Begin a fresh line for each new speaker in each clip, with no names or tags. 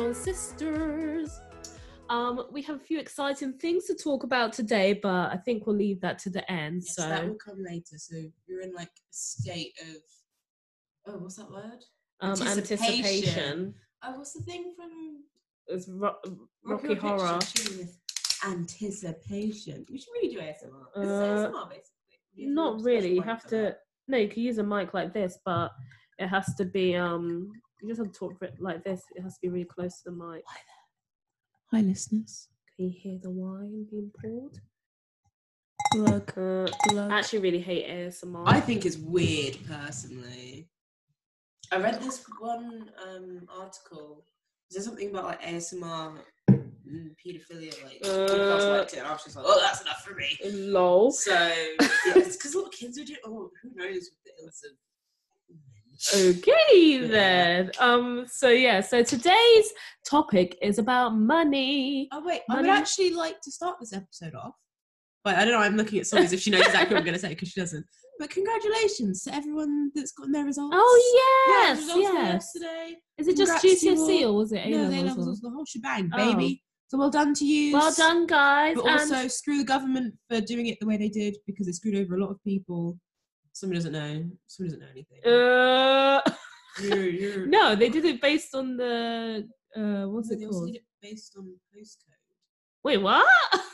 Oh,
sisters. Um, we have a few exciting things to talk about today, but I think we'll leave that to the end.
Yes,
so,
that will come later. So you're in like a state of oh, what's that word?
um,
anticipation.
anticipation
Oh, what's the thing from
is ro- Rocky
Horror Picture
Horror.
Show with Anticipation. We should really do ASMR. This is
Uh,
ASMR basically. You
Not
just
really. You
wank
have
on
to
that.
no. You can use a mic like this, but it has to be um. You just have to talk ri- like this. It has to be really close to the mic.
Hi, listeners.
Can you hear the wine being poured?
Plug,
Uh,
plug.
I actually really hate ASMR.
I think it's weird personally. I read this one um, article. Is there something about like ASMR and paedophilia? Like,
Uh,
I was liked it, and I was just like, oh, that's enough for me.
lol.
So, yeah, it's because a lot of kids are doing. Oh, who knows with the ills of.
Okay
Yeah.
then. Um. So yeah. So today's topic is about money.
Oh wait, I
Money.
would actually like to start this episode off. But I don't know. I'm looking at Sophie as if she knows exactly what I'm going to say because she doesn't. But congratulations to everyone that's gotten their results.
Oh
Yeah,
yes,
results were
yes.
Yesterday.
Is it just
Congrats, you
GCSE
all.
or was it A
No, they
levels?
levels
or-
was the whole shebang,
Oh.
baby. So well done to you.
Well done, guys.
But
and-
also screw the government for doing it the way they did because they screwed over a lot of people. Someone doesn't know. Someone doesn't know anything.
Uh,
you're, you're,
no, they did it based on the uh, what's
No,
it
they also
called?
did it based on postcode.
Wait, what?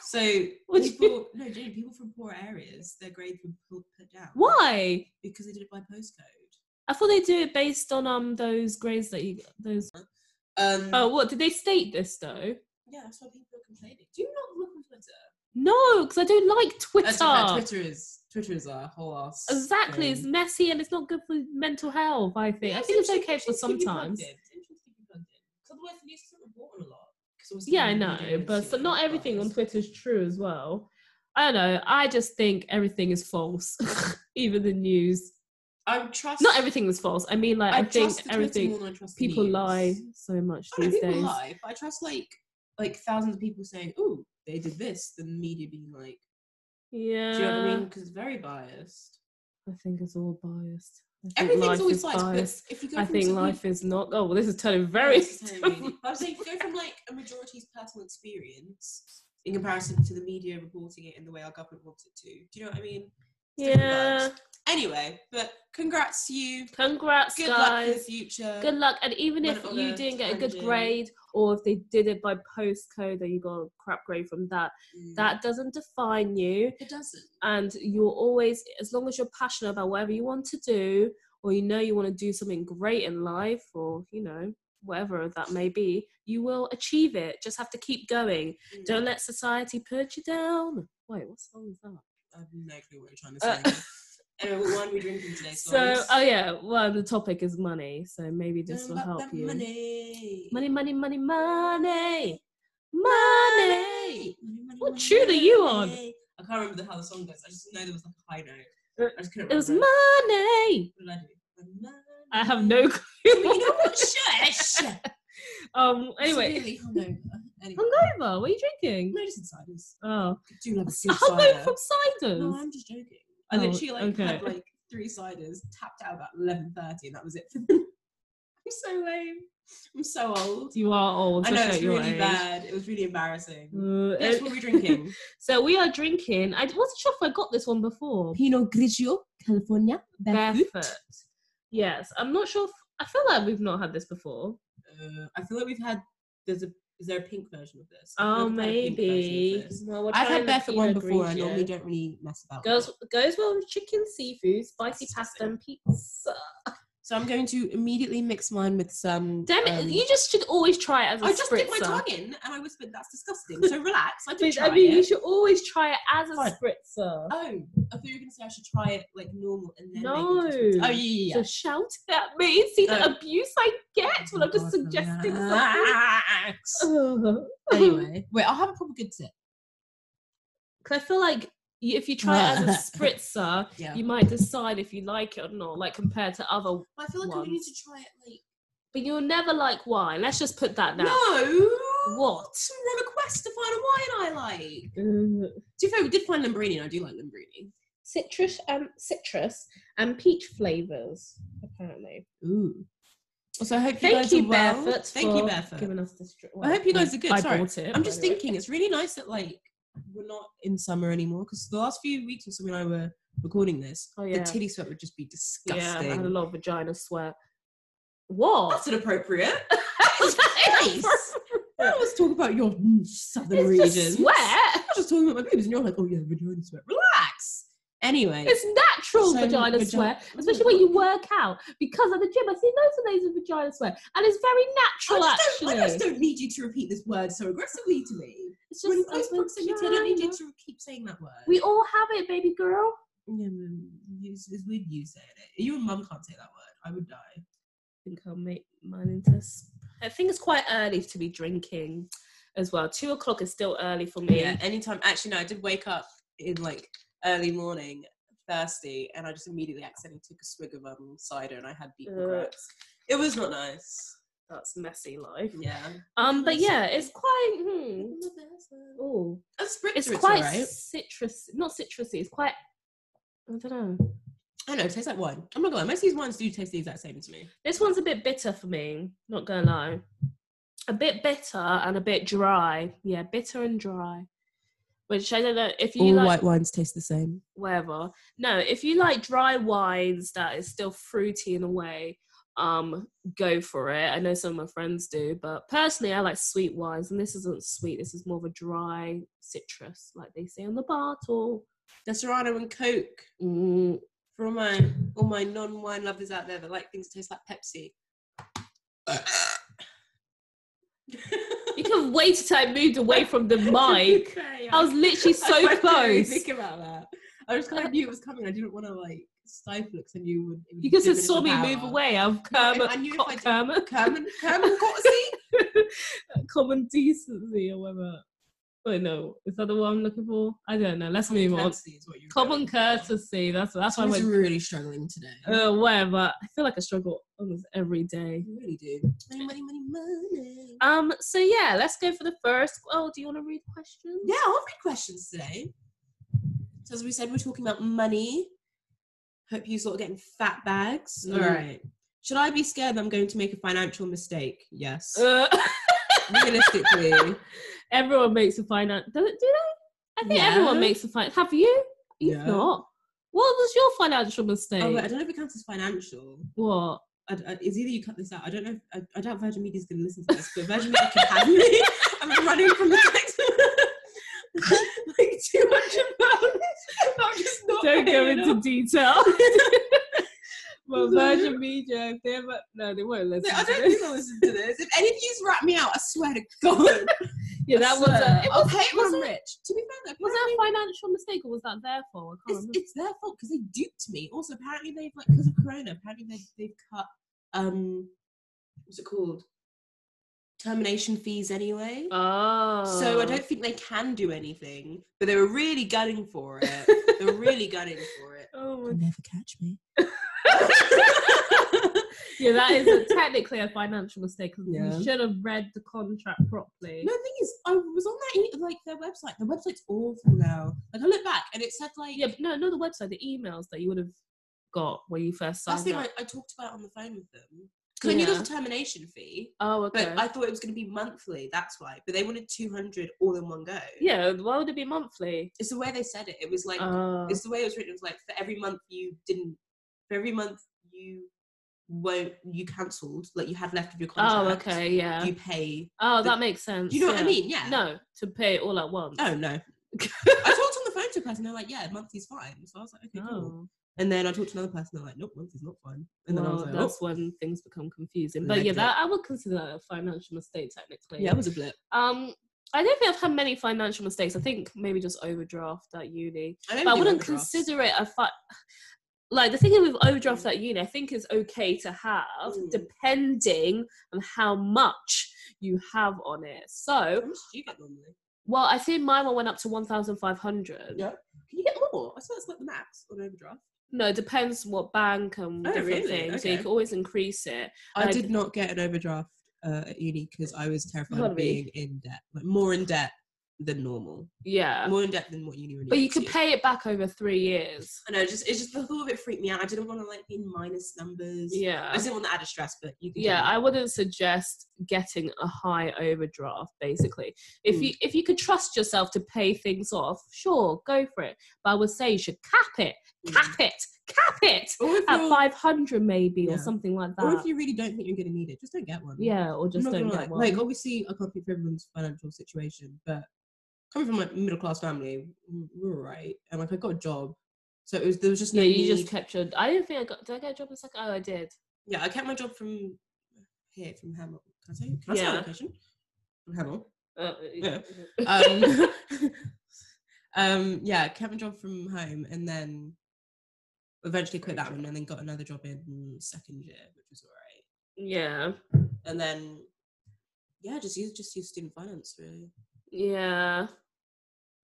So
What do you-
people, no, dude, people from poor areas, their grades were put, put down.
Why?
Because they did it by postcode.
I thought they do it based on um those grades that you those.
Um,
Oh, what did they state this though?
yeah, that's why people are complaining. Do you not look on Twitter?
No, because I don't like
That's just that
Twitter.
Twitter is Twitter is a whole ass.
Exactly, it's
thing.
messy and it's not good for mental health. I think. I think
Yeah,
it's
interesting-
okay for
interesting to be
sometimes.
plugged in. It's interesting to be plugged in. 'Cause Otherwise, the news doesn't report on a lot. 'Cause obviously
Yeah, I
you
know,
don't
but
see
so
the
not
headlines.
everything on Twitter is true as well. I don't know. I just think everything is false, even the news.
I trust.
Not everything is false. I mean, like I,
I,
think
trust the Twitter
everything.
more than I trust the
people
news.
lie so much
I don't
these
know, people
days.
lie, but I trust like like thousands of people saying, "Oh, they did this," than the media being like,
Yeah,
"Do you know what
Uh,
I mean?" Because it's very biased.
I think it's all biased. I think
Everything's
life
always
is
biased. But if you go
I
from
think
something-
life is not. Oh, well, this is turning
No,
very.
it's the same, really. But I'm saying go from like a majority's personal experience in comparison to the media reporting it in the way our government wants it to. Do you know what I mean? It's different
yeah.
vibes. Anyway, but congrats to you.
Congrats,
Good luck in the
guys.
future.
Good luck. And even
When
if
all
you
the
didn't get a good
challenging-
grade, or if they did it by postcode and you got a crap grade from that,
Mm.
that doesn't define you.
it doesn't.
and you're always as long as you're passionate about whatever you want to do or you know you want to do something great in life or you know whatever that may be you will achieve it just have to keep going
Mm.
don't let society put you down wait what song is that
I have no clue what you're trying to
Uh,
say. anyway, what wine are we drinking today?
so
Florence?
oh yeah well the topic is money so maybe this
Don't
will
let
help
that
you
Money.
money money money money money What
money,
tune are you on?
money. I can't remember the- how the song goes. I just know there was like a high
Uh,
note. I just couldn't
it was
remember.
money
What did I do? Money.
i have no clue
Well, you know what? Shush.
um
It's
anyway
really hungover. Anyway.
hungover what are you drinking
No, just insiders.
oh
I do love a
I
soup
hungover
cider.
from ciders.
No, I'm just joking. I
Oh,
literally like had
okay.
like three ciders, tapped out about eleven thirty, and that was it. for the- I'm so lame. I'm so old.
you are old.
I know
especially
it's
at your
really
age.
bad. It was really embarrassing.
Uh,
That's
uh,
what we're drinking.
so we are drinking. I wasn't sure if I got this one before.
Pinot Grigio, California.
Barefoot. Yes, I'm not sure. If, I feel like we've not had this before.
Uh, I feel like we've had. There's a. Is there a pink version of this? I feel
Oh,
like we've had a pink version
maybe.
of this.
Well, we're
I've
trying
had
the
barefoot one
Pinot
before. I
Grigio.
normally don't really mess about. with
Goes
it.
goes well with chicken, seafood, spicy pasta, and pizza.
So I'm going to immediately mix mine with some.
Damn it!
um,
you just should always try it as a
I just
spritzer.
dipped my tongue in and I whispered, "That's disgusting." So relax. I
Bitch,
did try
I mean, you
it.
should always try it as a
Fine.
spritzer.
Oh, I thought you were going to say I should try it like normal and then.
No.
Make it just- oh yeah, yeah,
So
yeah.
shout at me. See the
No.
abuse I get when I'm just
God,
suggesting something.
Oh, relax.
Ugh.
anyway, wait. I'll have a proper good sip.
'Cause I feel like you- if you try it as a spritzer,
Yeah.
you might decide if you like it or not, like compared to other.
I feel like I need to try it like.
But you'll never like wine. Let's just put that down.
No.
What?
We're on a quest to find a wine I like.
Ugh.
To be fair, we did find Lambrini, and I do like Lambrini.
Citrus and citrus and peach flavors, apparently.
Ooh. So I hope you
Thank
guys
you,
are well.
Barefoot,
Thank you,
for
Barefoot.
Giving us this. dr-
I hope you guys are good.
I
Sorry.
bought it.
I'm
by
just
the way.
thinking, it's really nice that like we're not in summer anymore because the last few weeks or so when I were recording this,
Oh,
the
yeah.
titty sweat would just be
Yeah, I had a
disgusting.
lot of vagina sweat. What?
That's inappropriate.
Nice.
I was talking about your mm, southern
It's
regions.
just
I
sweat.
was just talking about my boobs, and you're like, oh yeah, vagina sweat. Relax. Anyway,
It's natural
So,
vagina
vagi-
sweat, especially when you work out. Because at the gym, I see loads and loads of vagina sweat, and it's very natural.
I just, don't,
actually,
I just don't need you to repeat this word so aggressively to me.
it's
We're in
just
close
a
proximity. I don't need you
vagina.
to keep saying that word.
We all have it, baby girl.
yeah, but it's, it's weird you saying it. Your mum can't say that word. I would die.
I think I'll make mine into. s- I think it's quite early to be drinking, as well. Two o'clock is still early for me.
Yeah, anytime. Actually, no, I did wake up in like early morning, thirsty, and I just immediately accidentally took a swig of um, cider and I had deep
Ugh.
regrets. It was not nice.
That's messy life.
Yeah.
Um, but yeah, it's quite. Hmm, oh,
A spritzer,
it's
it's
quite
alright.
citrus. Not citrusy. It's quite. I don't know.
I don't know, it tastes like wine. I'm not gonna lie, most of these wines do taste the exact same to me.
This one's a bit bitter for me. Not gonna lie, a bit bitter and a bit dry. Yeah, bitter and dry. Which I don't know if you like.
wines taste the same.
wherever. No, if you like dry wines that is still fruity in a way, um, go for it. I know some of my friends do, but personally, I like sweet wines, and this isn't sweet. This is more of a dry citrus, like they say on the bottle.
The Serrano and Coke.
Mm,
For all my all my non-wine lovers out there that like things to taste like Pepsi.
you can wait until I moved away from the mic.
Okay,
I was literally so
I don't really
close.
Think about that. I just kind of knew it was coming. I didn't want to like stifle it because I knew it would. It would
You guys have
diminish
saw
the
me
power.
move away. I've
No, I
Kermit,
knew if
caught
I did-
Kermit,
Kerman, Kerman Courtesy.
common decency or whatever. Wait, no, is that the one I'm looking for? I don't know. Let's move on.
Courtesy is what you were
Common
going for.
courtesy. That's that's why I
I was
went
really struggling today.
uh, whatever. I feel like I struggle almost every day.
you really do. Money, money, money, money.
Um. So yeah, let's go for the first. Oh, do you want to read questions?
Yeah, I'll read questions today. So as we said, we're talking about money. Hope you sort of getting fat bags.
Mm.
All right. Should I be scared that I'm going to make a financial mistake? Yes.
Uh,
Realistically.
everyone makes a finance. Do, do they? I think
Yeah.
everyone makes a finance. Have you? You've
Yeah.
not. What was your financial mistake?
Oh, wait, I don't know if it counts as financial.
what?
I, I, it's either you cut this out. I don't know. If, I, I doubt Virgin Media's going to listen to this, but Virgin Media can have me. I'm running from the tax. like two hundred pounds. I'm just not.
Don't go
paying
into
up.
detail. well, Virgin Media, if they ever no, they won't listen.
No, I
to
don't
this.
think they'll listen to this. If any of yous rat me out, I swear to God,
Yeah, that was uh, a. It
I'll
was,
pay uh, it when I'm
wasn't-
rich. To be fair, though,
was that a financial mistake or was that their fault? I can't
it's,
remember.
it's their fault because they duped me. Also, apparently they've like because of Corona, apparently they've they've cut um, what's it called? Termination fees anyway.
Oh.
So I don't think they can do anything, but they were really gunning for it. they were really gunning for it.
Oh my
They'll never catch me.
yeah, that is a, technically a financial mistake. 'cause
Yeah.
You should have read the contract properly.
no, the thing is, I was on that e- like their website. Their website's awful now. Like I look back and it said like
Yeah, but no, not the website, the emails that you would have got when you first
that's
signed
the thing
up.
I, I talked about on the phone with them because I knew there was a termination fee,
oh, okay.
but I thought it was going to be monthly. That's why, but they wanted two hundred all in one go.
yeah, why would it be monthly?
it's the way they said it. It was like
Oh,
it's the way it was written. It was like for every month you didn't, for every month you won't, you cancelled, like you had left of your
oh
contract.
okay, yeah.
You pay.
oh,
the-
that makes sense.
Do you know what I
yeah.
mean? Yeah.
No, to pay it all at once.
Oh no. I talked on the phone to a person. They're like, yeah, monthly's fine. So I was like, okay, cool.
Oh,
And then I talked to another person. They're like, nope, monthly's not fine. And then I
well,
was like,
that's
oh.
when things become confusing.
And
But
then I
yeah,
did
that I would consider that a financial mistake technically.
"Oh, Yeah, it was a blip.
Um, I don't think I've had many financial mistakes. I think maybe just overdraft at uni.
I, don't
but I
do
wouldn't
overdrafts.
consider it a fi- like the thing with overdraft at uni. I think is okay to have
Mm.
depending on how much you have on it.
How
So,
much do you get normally?
well, I think mine one went up to one thousand five hundred.
Yeah. Can you get more? I thought it's like the max on overdraft.
No, it depends what bank and
Oh,
different
really?
things. So you
Okay.
can always increase it.
I
Like-
did not get an overdraft uh, at uni because I was terrified
Gotta
of
be.
being in debt, like more in debt than normal,
yeah.
more in depth than what uni really.
Uh, But you
gets
could pay it back over three years.
I know, just it's just the whole of it freaked me out. I didn't want to like be in minus numbers. I
Yeah.
just didn't want to add a stress, but you.
Yeah, I wouldn't suggest getting a high overdraft basically. If
Hmm.
you if you could trust yourself to pay things off, sure, go for it. But I would say you should cap it.
Hmm.
Cap it. Cap it.
Or if,
At
you're-
500 maybe
Yeah.
or something like that.
or if you really don't think you're going to need it, just don't get one.
yeah, or
I'm
just
not
don't
gonna
get
lie.
one.
Like obviously, I can't speak for everyone's financial situation, but coming from a middle class family, we we were right, and like I got a job, so it was there was just no.
yeah, you just
need-
kept your. I didn't think I got. Did I get a job in second? Oh, I did.
yeah. I kept my job from here from Hamel. Can I say? Can I say my
Yeah.
location? From Hamel.
Uh,
Yeah.
um,
Um, yeah, kept my job from home, and then eventually quit that one, and then got another job in second year, which was alright.
yeah,
And then yeah, just use just use student finance really.
yeah.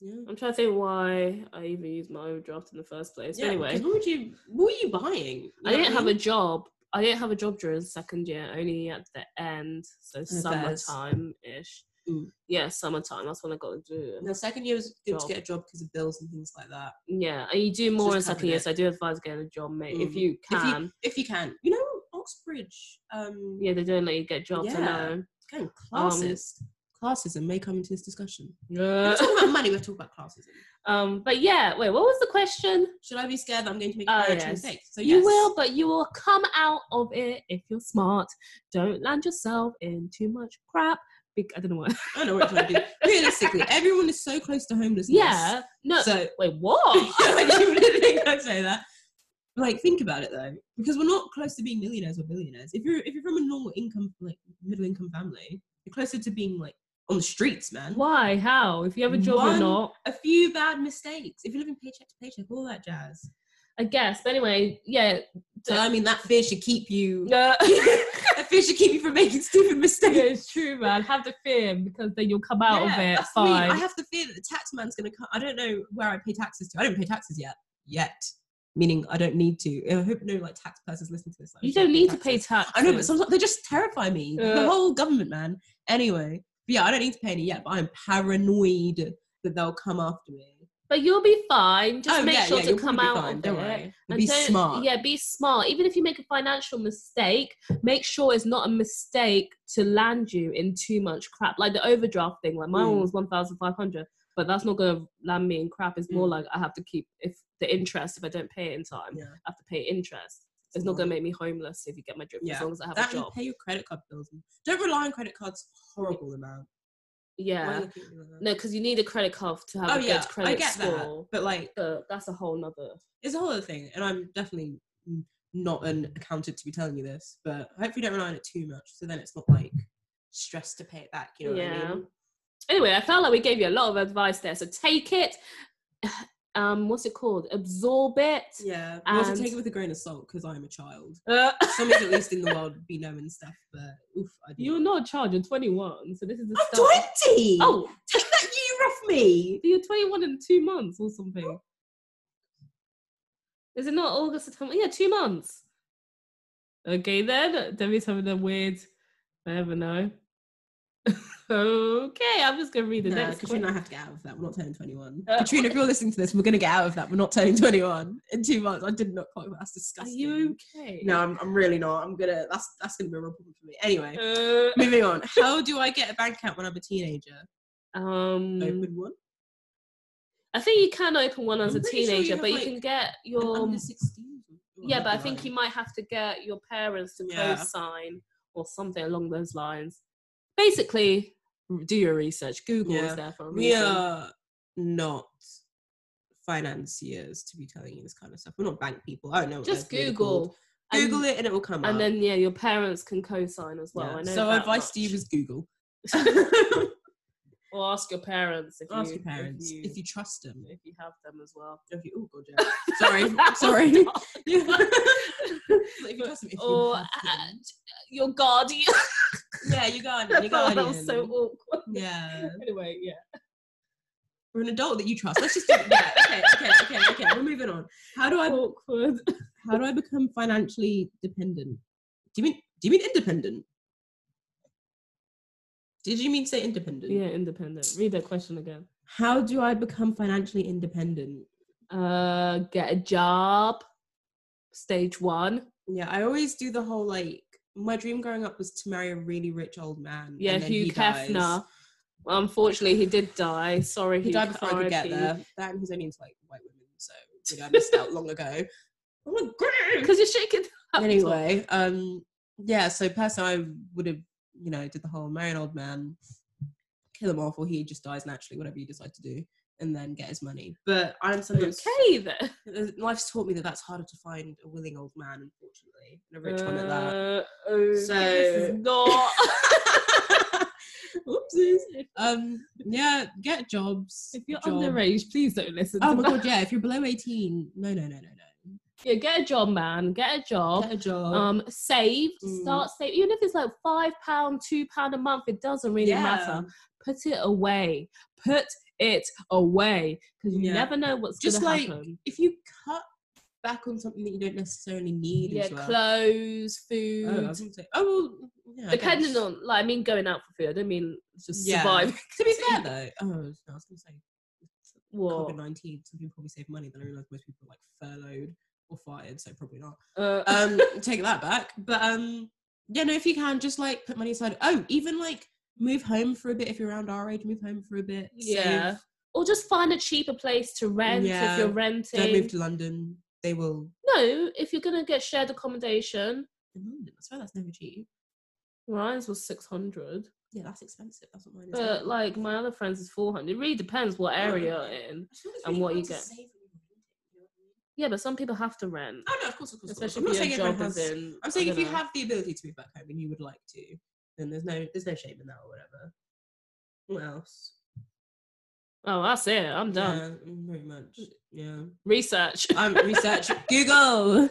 Yeah.
I'm trying to think why I even used my overdraft in the first place. But
Yeah,
anyway,
'cause what would you what were you buying? You
I
know
didn't
what
have a
mean?
job. I didn't have a job during second year, only at the end, so
there's-
summertime ish.
Mm.
Yeah, summertime. That's when I got to do.
No, second year was good
job.
to get a job because of bills and things like that.
Yeah, and you do more
Just
in second
covered
year,
it.
so I do advise getting a job, mate,
Mm.
if you can.
If you can, you know, Oxbridge, um,
yeah, Um, they don't let you get jobs.
Yeah.
I know.
kind of classes, classism may come into this discussion.
Uh,
We're talking about money. We're talking about classism.
um, but yeah, wait, what was the question?
Should I be scared that I'm going to make
Oh,
financial
yes.
mistakes? So
you
yes.
will, but you will come out of it if you're smart. Don't land yourself in too much crap. Bec- I don't know what.
I don't know what I'm trying to do. Realistically, everyone is so close to homelessness.
yeah. Oh. No.
So
wait. What?
I didn't really think I'd say that. Like, think about it though, because we're not close to being millionaires or billionaires. If you're if you're from a normal income, like middle income family, you're closer to being like on the streets, man.
Why? How? If you have a job or
One-
not?
A few bad mistakes. If you're living paycheck to paycheck, all that jazz.
I guess. But anyway, yeah.
So I mean, that fear should keep you.
No. yeah,
that fear should keep you from making stupid mistakes.
it's true, man. Have the fear because then you'll come out
Yeah,
of it.
that's the thing. I
Fine.
have the fear that the tax man's going to come. I don't know where I pay taxes to. I don't pay taxes yet. Yet. Meaning I don't need to. I hope no like tax person's listening to this. like,
You
"Oh,
don't need to
taxes."
pay tax.
I know, but sometimes they just terrify me.
Yeah.
The whole government, man. Anyway, but yeah, I don't need to pay any yet, but I'm paranoid that they'll come after me.
But you'll be fine. Just
Oh,
make
yeah,
sure
yeah,
to
you'll
come
probably
out
be fine,
of
don't
it.
worry.
And
Be
don't-
smart.
Yeah, be smart. Even if you make a financial mistake, make sure it's not a mistake to land you in too much crap. Like the overdraft thing. Like my one
Mm.
was one thousand five hundred, but that's not going to land me in crap. It's more
Mm.
like I have to keep if the interest. If I don't pay it in time,
Yeah.
I have to pay interest. It's not
Mm.
going to make me homeless if you get my drift. As
Yeah.
long as I have
That
a
and
job.
pay your credit card bills. Don't rely on credit cards. Horrible amount. Why are you
Yeah.
looking at me like that?
No, because you need a credit card to have
Oh
a
yeah,
good credit
I get that.
score.
But like,
But that's a whole nother.
it's a whole other thing, and I'm definitely n- not an accountant to be telling you this, but hopefully don't rely on it too much, so then it's not like stress to pay it back. You know what
Yeah.
I mean?
anyway, I felt like we gave you a lot of advice there. So take it. Um, what's it called? Absorb it.
Yeah. And also
And-
take it with a grain of salt because I'm a child.
Uh,
Somebody's at least in the world be knowing stuff, but oof, I do.
you're not a child. You're 21, so this is the
I'm
start.
twenty.
Oh,
take that year off me.
you're 21 in two months or something. Is it not August? September? Yeah, two months. Okay then. Debbie's having a weird. I never know. okay, I'm just gonna read the
Nah,
next.
Katrina,
one.
I have to get out of that. We're not turning 21.
Uh,
Katrina, if you're listening to this, we're going to get out of that. We're not turning 21 in two months. I did not clock that. That's
Are
disgusting.
you okay?
No, I'm, I'm really not. I'm gonna. That's that's gonna be a real problem for me. Anyway,
Uh,
moving on. How do I get a bank account when I'm a teenager?
um.
Open one.
I think you can open one as a
I'm pretty sure you
teenager,
have,
but
like,
you can get
I'm
your
under 16.
yeah. But I think you might have to get your parents to
Yeah.
co-sign or something along those lines. Basically, r- do your research. Google
Yeah.
is there for a
We
reason.
are not financiers to be telling you this kind of stuff. We're not bank people. I don't know. what
Just
they're really called.
Google, and-
Google it, and it will come up.
and then yeah, your parents can co-sign as well.
Yeah.
I know.
so,
that
advice
much.
to you is Google.
or ask your parents if
Ask
you,
your parents
if you,
if you trust them.
if you have them as well.
If you, oh, God, yeah. Sorry,
That was
sorry.
not-
If you trust them, if you
or
have
uh,
them.
your guardian.
yeah, you got
I
You
thought
got
that was so awkward.
Yeah.
Anyway, yeah.
Or an adult that you trust. Let's just do that. Okay, okay, okay, okay. We're moving on. How do I
awkward.
how do I become financially dependent? Do you mean do you mean independent? Did you mean say independent?
Yeah, independent. Read that question again.
How do I become financially independent?
Uh, get a job. Stage one.
Yeah, I always do the whole like my dream growing up was to marry a really rich old man.
Yeah,
and then
Hugh
he dies.
Hefner. Well, unfortunately, he did die. Sorry,
He
Hugh.
died before I could get there. That and he's only into like white women, so you know, I missed out long ago. Oh my god!
Because you're shaking. the laptop.
anyway, um, yeah. So personally, I would have, you know, did the whole marry an old man, kill him off, or he just dies naturally, whatever you decide to do, and then get his money. But I'm someone that's-
Okay then.
Life's taught me that that's harder to find a willing old man, unfortunately, and a rich one at that.
Uh, okay,
So-
this is not.
Oopsies. Um, yeah, get jobs.
if you're
job.
underage, please don't listen.
Oh
to
my
that.
god, yeah. If you're below 18, no, no, no, no, no.
Yeah, get a job, man. Get a job.
Get a job.
um save
Mm.
start save even if it's like five pound two pound a month it doesn't really
Yeah.
matter put it away put it away because you
Yeah.
never know what's
Just
gonna
like-
happen
If you cut back on something that you don't necessarily need,
yeah
as well.
clothes food
Oh, I was gonna say- oh, well, yeah, I
depending
guess.
on like i mean going out for food i don't mean just
Yeah.
survive
To be fair though, oh, no, I was gonna say
what
COVID nineteen. Some people probably save money. Then I realised most people are like furloughed or fired, so probably not.
uh,
Um, take that back. But um, yeah, no, if you can, just like put money aside. Oh, even like move home for a bit if you're around our age. Move home for a bit. save.
yeah or just find a cheaper place to rent
Yeah.
if you're
Don't
renting
move to London. They will.
no if you're gonna get shared accommodation
In London, I swear that's never cheap.
mine's was 600
Yeah, that's expensive. That's what mine is. Hmm.
But like my other friends is 400. It really depends what area you're in. and what you get. Yeah, but some people have to rent.
Oh no, of course, of course. of course.
Especially
I'm not
if
saying
your
everyone
job is
has-
in.
I'm saying
I
if you
dunno.
have the ability to move back home and you would like to, then there's no there's no shame in that or whatever. What else?
Oh, that's it. I'm done.
Yeah, mm, very much. Yeah.
Research.
Um, research. Google.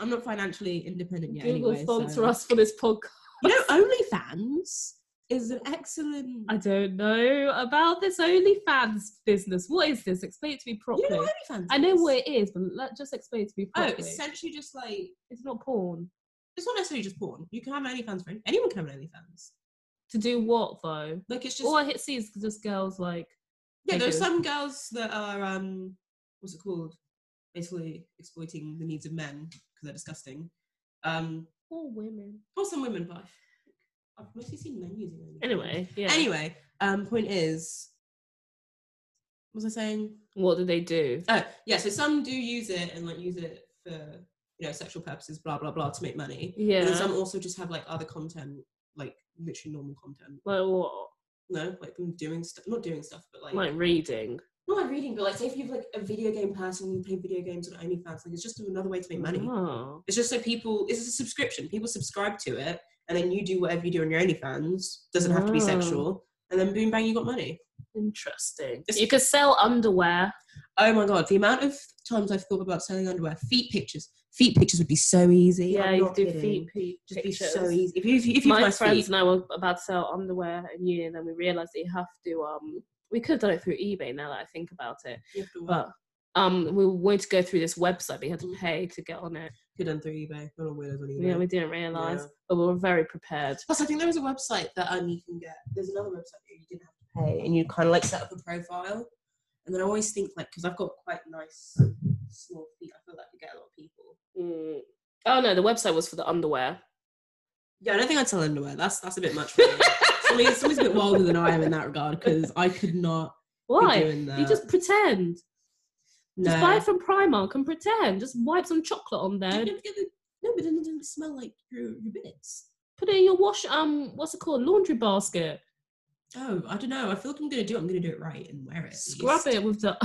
I'm not financially independent yet.
Google
anyway,
sponsor
so-
us for this podcast.
You know, OnlyFans is an excellent.
I don't know about this OnlyFans business. What is this? Explain it to me
you
properly.
know what OnlyFans?
I know
is?
what it is, but let, just explain it to me
Oh,
properly.
it's essentially just like
it's not porn.
it's not necessarily just porn. You can have an OnlyFans for any- anyone can have an OnlyFans.
To do what though?
Like it's just
All I hit- see is just girls like
yeah.
Thank
There's
you.
some girls that are um, what's it called? Basically exploiting the needs of men because they're disgusting. Um,
all women.
or some women, but I- I've mostly seen men using OnlyFans.
Anyway, yeah.
Anyway, um, point is, what was I saying?
what do they do?
Oh, yeah. So some do use it and like use it for you know sexual purposes, blah blah blah, to make money. And then
Yeah.
some also just have like other content, like literally normal content.
Like what?
No, like them doing stuff, not doing stuff, but like,
Like reading.
not like reading, but like say if you're like a video game person, you play video games on OnlyFans, like it's just another way to make money.
Oh.
It's just so people, it's a subscription. People subscribe to it, and then you do whatever you do on your OnlyFans. Doesn't have to be
Wow.
sexual. And then boom, bang, you got money.
Interesting.
It's-
you could sell underwear.
Oh my god, the amount of times I've thought about selling underwear, feet pictures, feet pictures would be so easy.
Yeah,
I'm
you
not
do
kidding.
feet p-
Just
pictures.
be so easy. If you if you, if you
My
nice
friends
friends,
and I were about to sell underwear in uni, and then we realised that you have to. Um, we could have done it through eBay. Now that I think about it,
feet, you have to work.
but um, we were going to go through this website, but you had to
Mm.
pay to get on it.
good on through eBay. Not all weirdos on eBay.
Yeah, we didn't realise,
Yeah.
but we were very prepared.
Plus, I think there is a website that um you can get. There's another website that you didn't have to pay, and you kind of like set up a profile. And then I always think like because I've got quite nice small feet, I feel like I could get a lot of people.
Mm. Oh no, the website was for the underwear.
Yeah, I don't think I'd sell underwear. That's that's a bit much for me. somebody's, somebody's a bit wilder than I am in that regard because I could not be
Why?
doing that.
You just pretend. Just buy it from Primark and pretend. Just wipe some chocolate on there.
Don't
and
you have to get the- no, but then it doesn't smell like your, your bits.
Put it in your wash. Um, what's it called? Laundry basket.
Oh, I don't know. I feel like I'm gonna do it. I'm gonna do it right and wear it. at
Scrub
least.
it with the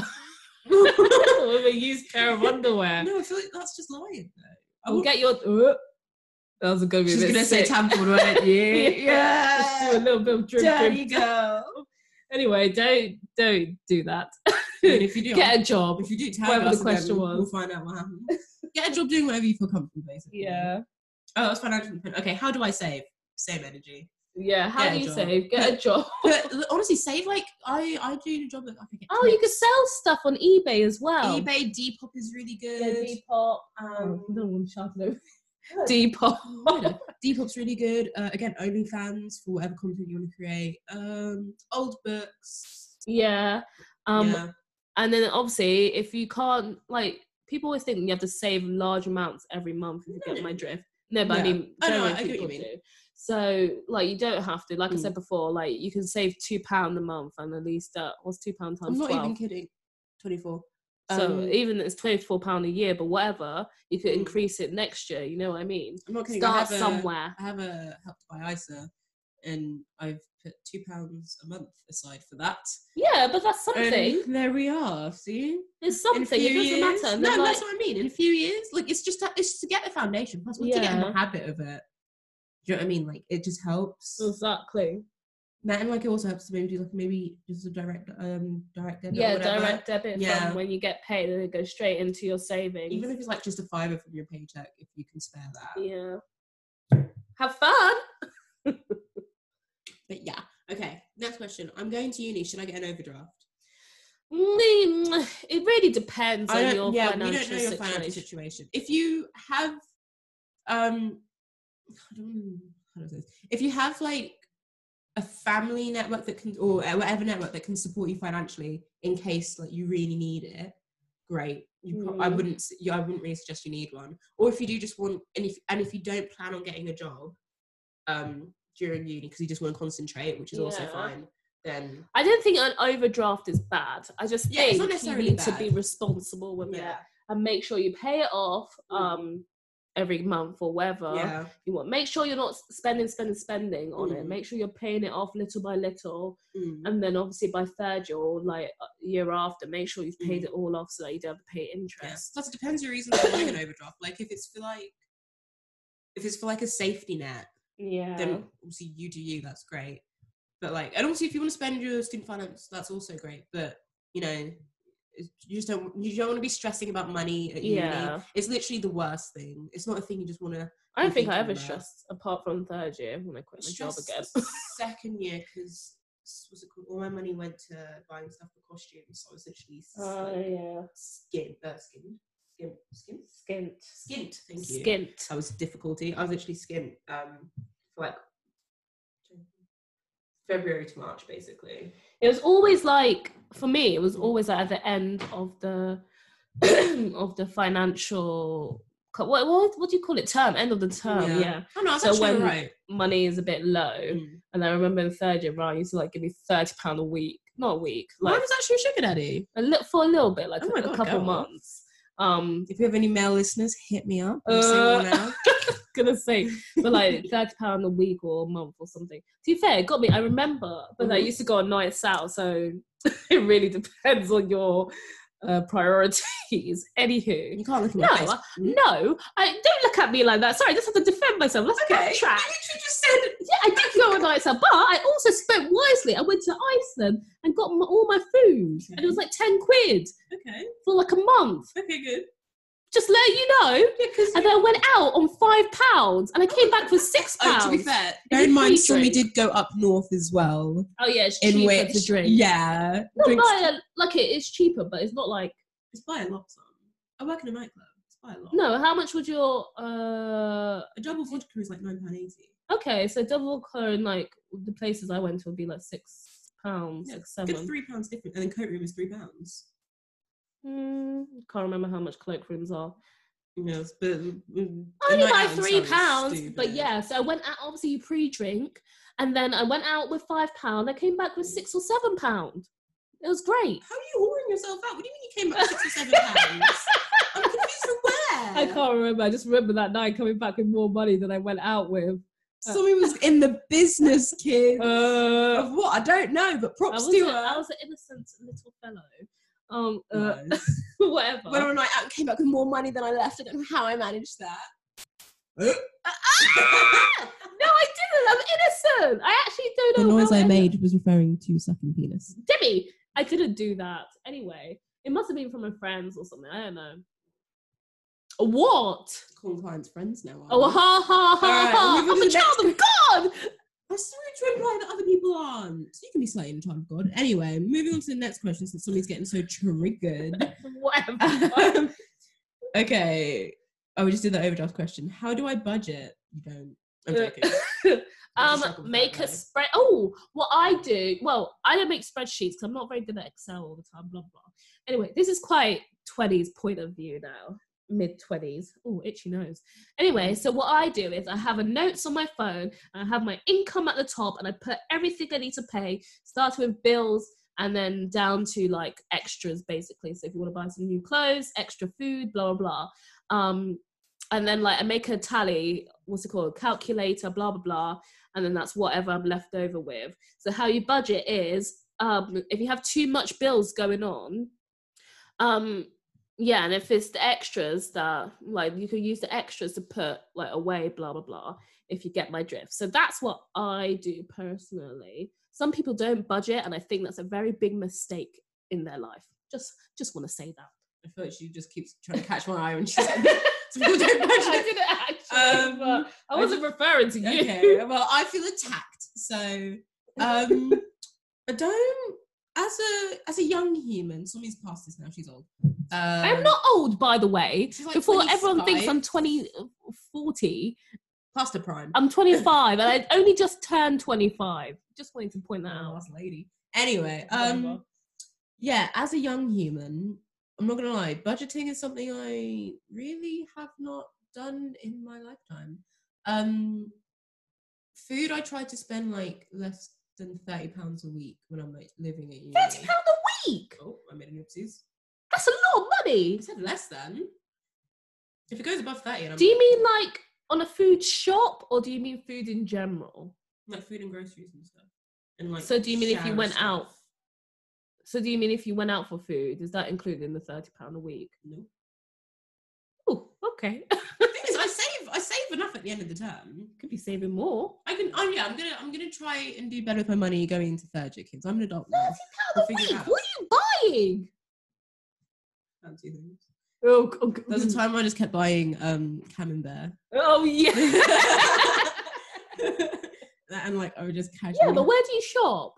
no,
with a used pair of underwear.
I feel like that's just lying though. I
I'll
would-
get your. uh, that was gonna be.
She's
a bit
gonna say
sick.
tampered, right? Yeah,
Let's do a
yeah.
little bit of drip,
There
drip.
you go.
Anyway, don't don't do that.
And if you do,
Get a job.
if you do, tag
whatever the
us and then
question
we'll
was.
find out what happened. Get a job doing whatever you feel comfortable, basically.
Yeah,
Oh, that's financial independent. Okay, how do I save? Save energy.
yeah. How
Get
do
a
you
job.
save? Get a job.
But honestly, save like I I do a job that I can get.
Oh, you
tips.
could sell stuff on eBay as well.
eBay Depop is really good.
Yeah, Depop.
Um,
no one shouted over. Oh, Depop.
you know, Depop's really good. Uh, again, OnlyFans for whatever content you want to create. Um, old books.
Yeah. Um,
yeah.
And then obviously, if you can't, like, people always think you have to save large amounts every month if you get
No.
my drift. No, but I
Yeah.
mean,
I know,
generally
I get what
people
you mean.
do. So, like, you don't have to. Like I
Mm.
said before, like, you can save two pound a month, and at least that was two pound times
I'm not
twelve.
even kidding. 24.
so
um,
even it's twenty four pound a year, but whatever, you could
Mm.
increase it next year. You know what I mean?
I'm not kidding.
Start
I have a-
somewhere.
I have a Help to Buy ISA, and I've put two pounds a month aside for that.
Yeah, but that's
And
something.
there we are. See,
it's
In a
something. It
few
doesn't
years-
matter. And
No,
then, like,
that's what I mean. In a few years, like it's just to, it's to get the foundation. Plus, once you get in the
Yeah.
habit of it, do you know what I mean? Like it just helps.
Mm. exactly.
That and like it also helps to maybe do like maybe just a direct um direct debit. or
Yeah,
whatever.
direct debit
Yeah.
from when you get paid, and it goes straight into your savings.
Even if it's like just a fiver from your paycheck, if you can spare that.
Yeah. Have fun.
But yeah, okay. Next question. I'm going to uni. Should I get an overdraft?
Mm, It really depends
I
on
don't-
your
yeah, we
financial
don't know your
situation.
financial situation. If you have, um, I don't know how to say this. If you have like a family network that can, or uh, whatever network that can support you financially in case like you really need it, great. You pro- I
Mm.
wouldn't, s- yeah, I wouldn't really suggest you need one. Or if you do just want, and if and if you don't plan on getting a job, um, during uni because you just want to concentrate, which is also
Yeah.
fine. Then
I don't think an overdraft is bad. I just
Yeah, it's
think
not
you
necessarily
need to
bad.
be responsible with it and make sure you pay it off
Mm.
um, every month or whatever
yeah,
you want. Make sure you're not spending, spending, spending on it.
Mm.
Make sure you're paying it off little by little,
Mm.
and then obviously by third year or like uh, year after, make sure you've paid
Mm.
it all off so that you don't have to pay
Yeah.
interest.
Plus, it depends your reason for buying an overdraft. Like, if it's for like, if it's for like a safety net,
Yeah.
then obviously you do you. That's great. But like, and also if you want to spend your student finance, that's also great. But you know, it's- you just don't you don't want to be stressing about money at uni.
yeah.
It's literally the worst thing. It's not a thing you just want to
I don't
I'm
think I ever
thinking about-
stressed apart from third year when I quit my job again.
stress. second year because was it called? All my money went to buying stuff for costumes. So I was literally like,
yeah.
skin, uh, skin, skin, skin,
Skint.
skint. Thank you.
Skint.
that was difficulty. I was literally skint um, for like February to March, basically.
It was always like for me, it was
Mm.
always like at the end of the of the financial co- what, what what do you call it? Term, end of the term,
Yeah. Mm.
yeah.
Oh no, I was
So
actually
when-
right.
Money is a bit low. And I remember in third year, Ryan used to like give me thirty pounds a week. Not a week,
Mine
like
was actually a sugar daddy.
a li- for a little bit, like
Oh
a,
my
a
God,
couple
girl.
months. Um
If you have any male listeners, hit me up.
I'm single
now.
gonna say but like thirty pound a week or a month or something. To be fair, it got me. I remember, but I
Mhm.
used to go on nights out, so it really depends on your uh, priorities. Anywho,
you can't look at
no,
my face. Mm.
I- no, I don't look at me like that. Sorry, I just have to defend myself. Let's
Okay.
backtrack.
literally just said
Yeah, I did go on nights out, but I also spent wisely. I went to Iceland and got m all my food, and it was like ten quid
okay,
for like a month.
okay, good.
Just let you know.
Yeah, because
And then I went out on five pounds, and I came back for six pounds.
Oh, to be fair,
Is
bear
it
in mind,
free
Stormy
drink?
did go up north as well.
Oh yeah, it's
In
cheaper
which,
to drink.
yeah,
not
drinks-
by a, uh, like it is cheaper, but it's not like
it's by a lot. Son. I work in a nightclub. It's by a lot.
no. How much would your uh?
a double vodka is like nine pound eighty.
Okay, so double vodka in like the places I went to would be like six pounds,
Yeah,
six
Good
seven.
three pounds different, and then coat room is three pounds.
Mm, can't remember how much cloakrooms are.
Yes, but mm,
Only by three pounds, but yeah. So I went out. Obviously, you pre-drink, and then I went out with five pound. I came back with six or seven pound. It was great.
How are you whoring yourself out? What do you mean you came up with six or seven pounds? I'm confused with where.
I can't remember. I just remember that night coming back with more money than I went out with.
Someone was in the business, kid.
Uh,
of what I don't know, but
I
props
was,
to
a, I
her.
was an innocent little fellow. Um, uh,
Nice.
whatever.
When I night out came back with more money than I left. I don't know how I managed that. Ah!
no, I didn't. I'm innocent. I actually don't know. how it-
was referring to sucking penis.
Demi, I didn't do that. Anyway, it must have been from my friends or something. I don't know. What?
Calling clients friends now. aren't
Oh,
we?
ha ha ha
Alright,
ha!
we'll
I'm
move on
a
to the
child of
next-
God.
I started to imply that other people aren't. You can be slightly in time, God. Anyway, moving on to the next question since somebody's getting so triggered.
Whatever.
Um, okay. Oh, we just did the overdraft question. How do I budget? You don't. I'm
Yeah.
joking. I
Uh, um,
struggle with that,
make a
though.
spread. Oh, what I do. Well, I don't make spreadsheets 'cause I'm not very good at Excel all the time. Blah blah. Anyway, this is quite 20s point of view now. Mid 20s. Oh, itchy nose. Anyway, so what I do is I have a notes on my phone. And I have my income at the top, and I put everything I need to pay, starting with bills. And then down to like extras, basically. So if you want to buy some new clothes, extra food, blah blah blah. Um, and then like I make a tally. What's it called? Calculator, blah blah blah and then that's whatever I'm left over with. So how you budget is um, if you have too much bills going on, um, yeah, and if it's the extras that like you can use the extras to put like away, blah blah blah. If you get my drift, so that's what I do personally. Some people don't budget, and I think that's a very big mistake in their life. Just just want to say that.
I feel like she just keeps trying to catch my eye when she said Some people don't
I
budget.
didn't actually.
Um,
but I
I
wasn't referring to you.
okay. Well, I feel attacked. So um I don't as a as a young human, somebody's past this now, she's old. Um,
I'm not old, by the way.
She's like
Before everyone thinks
25.
I'm 20, 40,
past her prime.
I'm 25 and I only just turned 25. Just wanted to point that
Oh,
out.
that's a lady. Anyway, um yeah, as a young human, I'm not gonna lie, budgeting is something I really have not done in my lifetime. Um food I try to spend like less than thirty pounds a week when I'm like living at uni.
£30 a week?
Oh, I made an oopsies.
That's a lot of money.
You said less than. If it goes above 30 and I'm
Do you mean like on a food shop or do you mean food in general?
like food and groceries and stuff. And like
So do you mean if you
shower
went
stuff.
out? So do you mean if you went out for food, is that included in the £30 a week?
No.
Oh, okay.
The thing is, I save I save enough at the end of the term.
Could be saving more.
I can oh yeah, I'm gonna I'm gonna try and do better with my money going into third year kids. I'm an adult now.
£30
We'll
a
figure it
week?
out.
What are you buying?
Fancy things. Mm-hmm.
Oh, okay.
There was a time I just kept buying um camembert.
oh yeah.
That- and like I would just casually
Yeah, but where do you shop?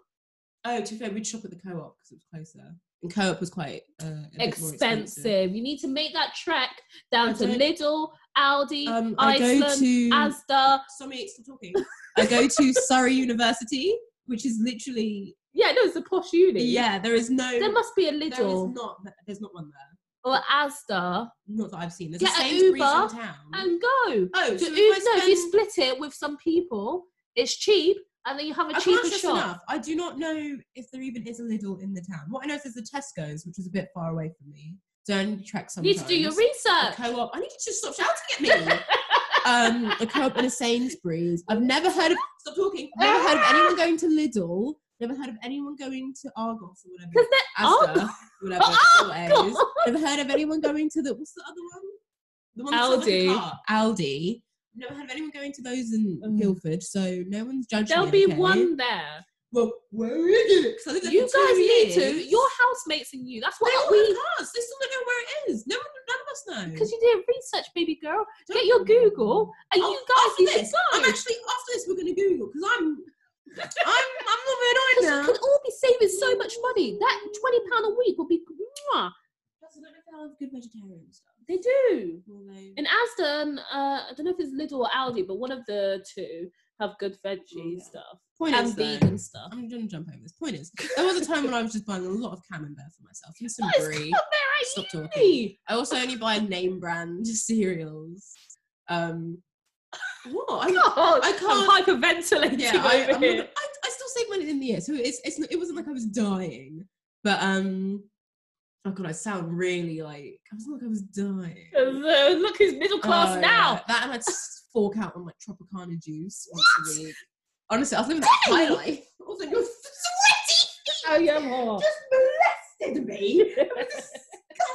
Oh, to be fair, we'd shop at the co-op because it was closer. And co-op was quite uh, a bit more
Expensive. You need to make that trek down
I
to
don't-
Lidl, Aldi,
Um, I
Iceland,
go to
Asda.
Sorry, stop talking. I go to Surrey University, which is literally
Yeah, no, it's a posh uni.
yeah. There is no.
There must be a
there is
Lidl
not. There's not one there.
or Asda
Not that I've seen. There's
Get
a
a
Sainsbury's in
Uber
town.
and go.
oh,
So
so if
you-
I
no, if you
spend-
split it with some people, it's cheap and then you have a
I can't
cheaper
stress
shop.
enough. I do not know if there even is a Lidl in the town. What I know is there's a Tesco's, which is a bit far away from me. So I need to track
You
sometimes.
need to do your
A
research.
co-op. I need you to stop shouting at me. um, a co-op and a Sainsbury's. I've never heard of. Stop talking. Never heard of anyone going to Lidl. Never heard of anyone going to Argos or whatever.
Because they're
Asda,
Argos.
whatever.
Oh,
or
God.
A's. Never heard of anyone going to the what's the other one? The one that's not like a
Aldi.
car. Aldi. Never heard of anyone going to those in
Mm.
Guildford, so no one's judging.
there'll
me,
be
okay?
one there.
Well, where is it? 'Cause I lived there
You
for two
guys need to.
years.
Your housemates and you. That's
They
what
all
we.
have cars. They still don't know where it is. No one, none of us know.
Because you did research, baby girl.
Don't-
Get your Google and
Oh,
you guys
after
need
this,
to go.
I'm actually after this we're gonna Google because I'm I'm
Because
I'm not
we
moving on now.
could all be saving so much money. That twenty pound a week will be. Mwah.
Plus, I don't know if they'll have good vegetarian stuff.
They do.
Will they?
In Asda, and, uh, I don't know if it's Lidl or Aldi, but one of the two have good veggie
Yeah.
stuff
Point
and
is, though,
vegan stuff.
I'm gonna jump over this. Point is, there was a time when I was just buying a lot of camembert for myself and some
Guys,
brie.
come there
Stop
at
talking.
uni.
I also only buy name brand cereals. Um, what? I,
God,
I
I'm hyperventilating
yeah, I,
over
I'm
here.
not, I, I still saved money in the end, so it's, it's not- it wasn't like I was dying, but um, oh god, I sound really like I was like I was dying.
Uh, Look who's middle class
Oh,
now.
yeah. That and I'd s- fork out on like Tropicana juice once a week. Honestly, I've lived that high life. Also, you're sweaty.
Oh yeah, I'm hot.
Just molested me. It was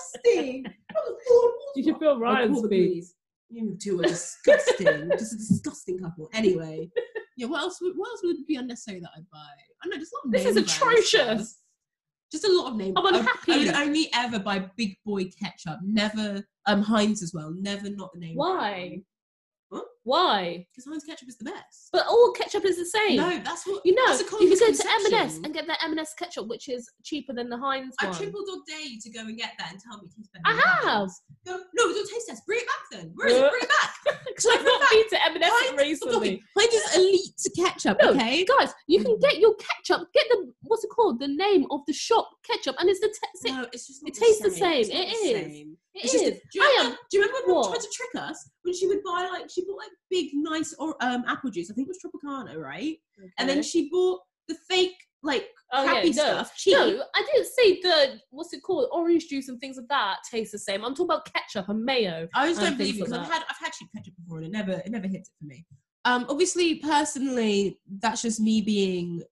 disgusting. That was
You should feel Ryan's feet.
please. You two are disgusting. just a disgusting couple. Anyway, yeah. What else? Would, what else would be unnecessary that I'd buy? I know just a lot of
This
name
is
brand
atrocious.
stuff. Just a lot of name.
I'm
I would-
unhappy.
I would only ever buy big boy ketchup. Never um Heinz as well. Never not the name.
Why?
brand. Huh?
Why?
Because Heinz ketchup is the best.
But all ketchup is the same.
No, that's what
You know,
That's a common
you can go to
misconception.
M&S and get their M&S ketchup, which is cheaper than the Heinz
I
one.
triple dog day to go and get that and tell me it tastes better.
I
than
have. Uh.
Heinz. No, no, don't taste test. Bring it back then. Where is it? Bring it back.
Because I've not been to M&S
Heinz- Stop
recently.
talking. Heinz is elite ketchup.
No,
okay.
Guys, you
Mm.
can get your ketchup. Get the what's it called? The name of the shop ketchup, and it's the te-
No, it's just not
it tastes the
It's
same.
not
It
the
is.
same.
it
It's
is.
just a- do you
I
remember, do you remember when
What?
mum tried to trick us when she would buy like she bought like big nice or um apple juice? I think it was Tropicana, right? And then
Okay.
she bought the fake like
Uh-huh. Oh, yeah,
crappy
no.
stuff cheap.
No, I didn't say the what's it called? Orange juice and things like that taste the same. I'm talking about ketchup and mayo.
I just
and
don't believe it
things
because
like
I've had I've had cheap ketchup before and it never it never hits it for me. Um, obviously, personally, that's just me being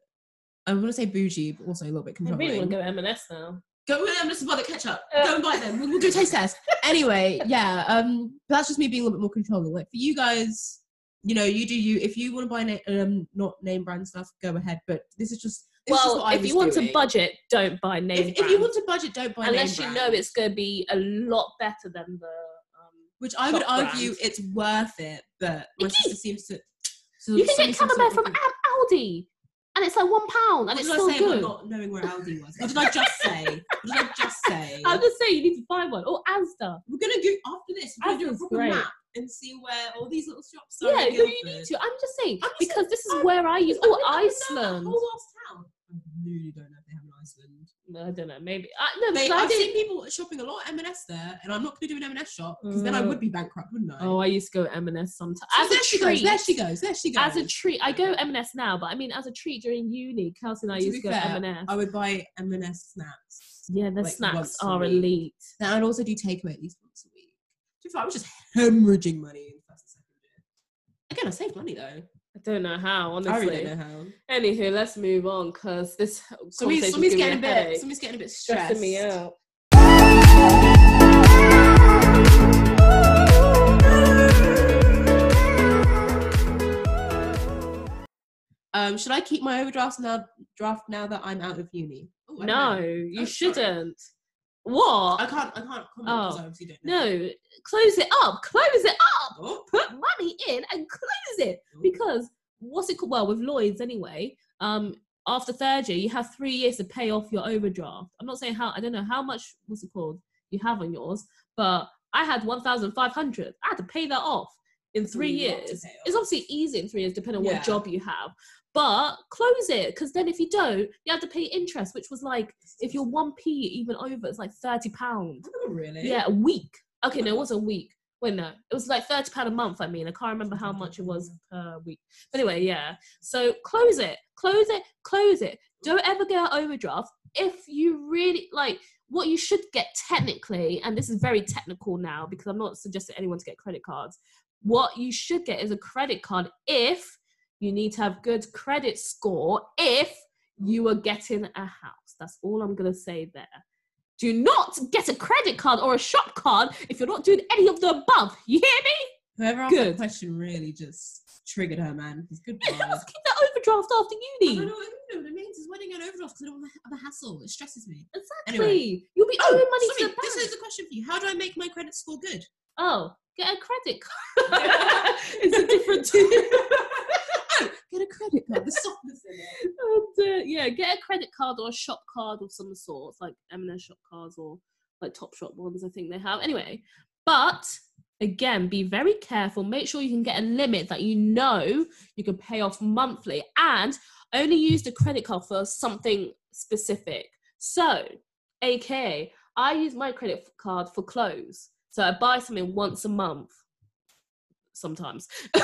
I want to say bougie, but also a little bit
I
controlling.
really want to go M&S now.
Go with them, just buy the ketchup.
Uh.
Go and buy them. We'll, we'll do a taste test. Anyway, yeah, um, but that's just me being a little bit more controlling. Like for you guys, you know, you do you. If you want to buy na- um, not name brand stuff, go ahead. But this is just this is
well,
what I
if
was
you want
doing.
to budget, don't buy name
if, if
brand.
you want to budget, don't buy
unless you
name
know
brand,
it's going to be a lot better than the. Um,
which I would
shop brand.
argue it's worth it. But
It
my
is.
sister seems to. so-
you can
somebody
get
seems to
Camembert
think
from
that-
Al- Aldi, and it's like one pound, and
What
it's
did I
still
say about
good.
not knowing where Aldi was? What did I just say? What did I just say?
I'm just saying you need to buy one or Asda.
we're gonna go after this. We're gonna do a
Aldi's
proper
great.
map and see where all these little shops are.
yeah,
in
no, you need
Guildford.
to. I'm just saying
I'm just
because
saying,
this is
I'm-
where I use.
Because
Oh,
I wouldn't know that
Iceland.
Whole last town. I really don't know if they have an Iceland.
No, I don't know. Maybe I, no.
They,
because I
I've
did.
seen people shopping a lot at M&S there, and I'm not going to do an M&S shop because then I
Mm.
would be bankrupt, wouldn't I?
Oh, I used to go M&S sometimes.
So
As
there
a
she
treat.
goes. There she goes. There she goes.
as a treat, I go M&S now, but I mean as a treat during uni, Kelsey and I
To
used
be
to go
fair,
M&S.
I would buy M&S snacks.
yeah, the
like,
snacks
once a
are
week.
elite.
Then I'd also do takeaway at least once a week. To be fair, I was just hemorrhaging money in first and second year. Again, I saved money though.
I don't know how,
I
honestly.
really don't know how.
Anywho, let's move on because this
Somebody's,
conversation's
somebody's
giving
getting a
me a
bit.
headache.
Somebody's getting a bit stressed.
stressing me out.
Um, should I keep my overdraft now? Draft now that I'm out of uni. Ooh, I don't
No,
know.
you
Oh, sorry.
shouldn't.
I
What?
can't. I can't comment because
Oh.
I obviously don't know.
No, close it up. Close it up.
Oh,
Put money in and close it
oh.
because what's it called? Well, with Lloyd's anyway. Um, after third year, you have three years to pay off your overdraft. I'm not saying how. I don't know how much. What's it called? You have on yours, but I had 1,500. I had to pay that off in three
a lot to
years.
pay off.
It's obviously easy in three years, depending on
Yeah.
what job you have. But close it, because then if you don't, you have to pay interest, which was like if you're one p even over, it's like thirty pound.
Oh, really?
Yeah, a week. Okay, no, it wasn't a week. Wait, no, it was like thirty pound a month. I mean, I can't remember how much it was per week. But anyway, yeah. So close it, close it, close it. Don't ever get an overdraft. If you really like, what you should get technically, and this is very technical now because I'm not suggesting anyone to get credit cards. What you should get is a credit card if you need to have good credit score. If you are getting a house, that's all I'm gonna say there. Do not get a credit card or a shop card if you're not doing any of the above. You hear me?
Whoever asked that
Good.
question really just triggered her, man. It's good.
Just
vibes.
keep that overdraft after
I don't
uni.
know what, I don't know what it means. It's winning an overdraft because I don't want the, the hassle. It stresses me.
Exactly.
Anyway.
You'll be owing money to
sorry,
Oh, the bank.
this is a question for you. How do I make my credit score good?
Oh, get a credit card. it's a different
oh, get a credit card. The softness in it.
And, uh, yeah, get a credit card or a shop card of some sort, like M&S shop cards or like Top Shop ones. I think they have. Anyway, but again, be very careful. Make sure you can get a limit that you know you can pay off monthly, and only use the credit card for something specific. So, aka, I use my credit card for clothes. So I buy something once a month. Sometimes.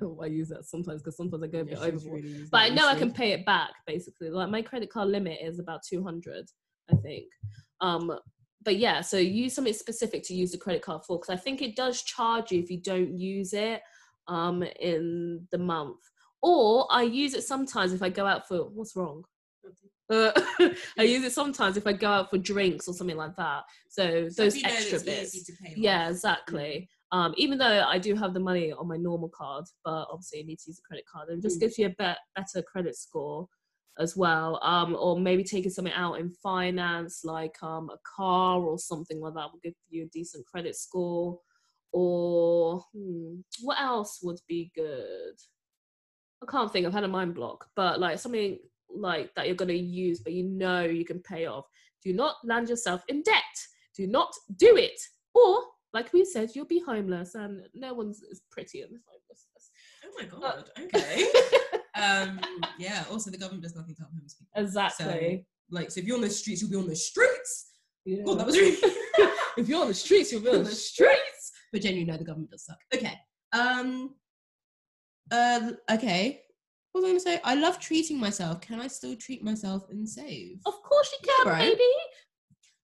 Well, I use that sometimes because sometimes I go a bit overboard but I know I can pay it back basically. Like my credit card limit is about 200, I think. Um, but yeah, so use something specific to use the credit card for because I think it does charge you if you don't use it um, in the month. Or I use it sometimes if I go out for what's wrong. Uh, I use it sometimes if I go out for drinks or something like that. So those extra bits. Yeah, exactly. Um, even though I do have the money on my normal card, but obviously you need to use a credit card and it just
Mm.
gives you a bet better credit score as well. Um, or maybe taking something out in finance, like um, a car or something like that, will give you a decent credit score. or hmm, what else would be good? I can't think. I've had a mind block, but like something like that you're going to use, but you know you can pay off. Do not land yourself in debt. Do not do it. Or, like we said, you'll be homeless and no one's is pretty in homelessness.
Oh my
Uh,
god. Okay. um. Yeah. Also, the government does nothing to help homeless people.
Exactly.
Like, so if you're on the streets, you'll be on the streets.
Yeah.
God, that was really
if you're on the streets, you'll be on the
streets. But genuinely, no, the government does suck. Okay. Um. Uh. Okay. What was I going to say? I love treating myself. Can I still treat myself and save?
Of course you can,
Yeah, right.
baby.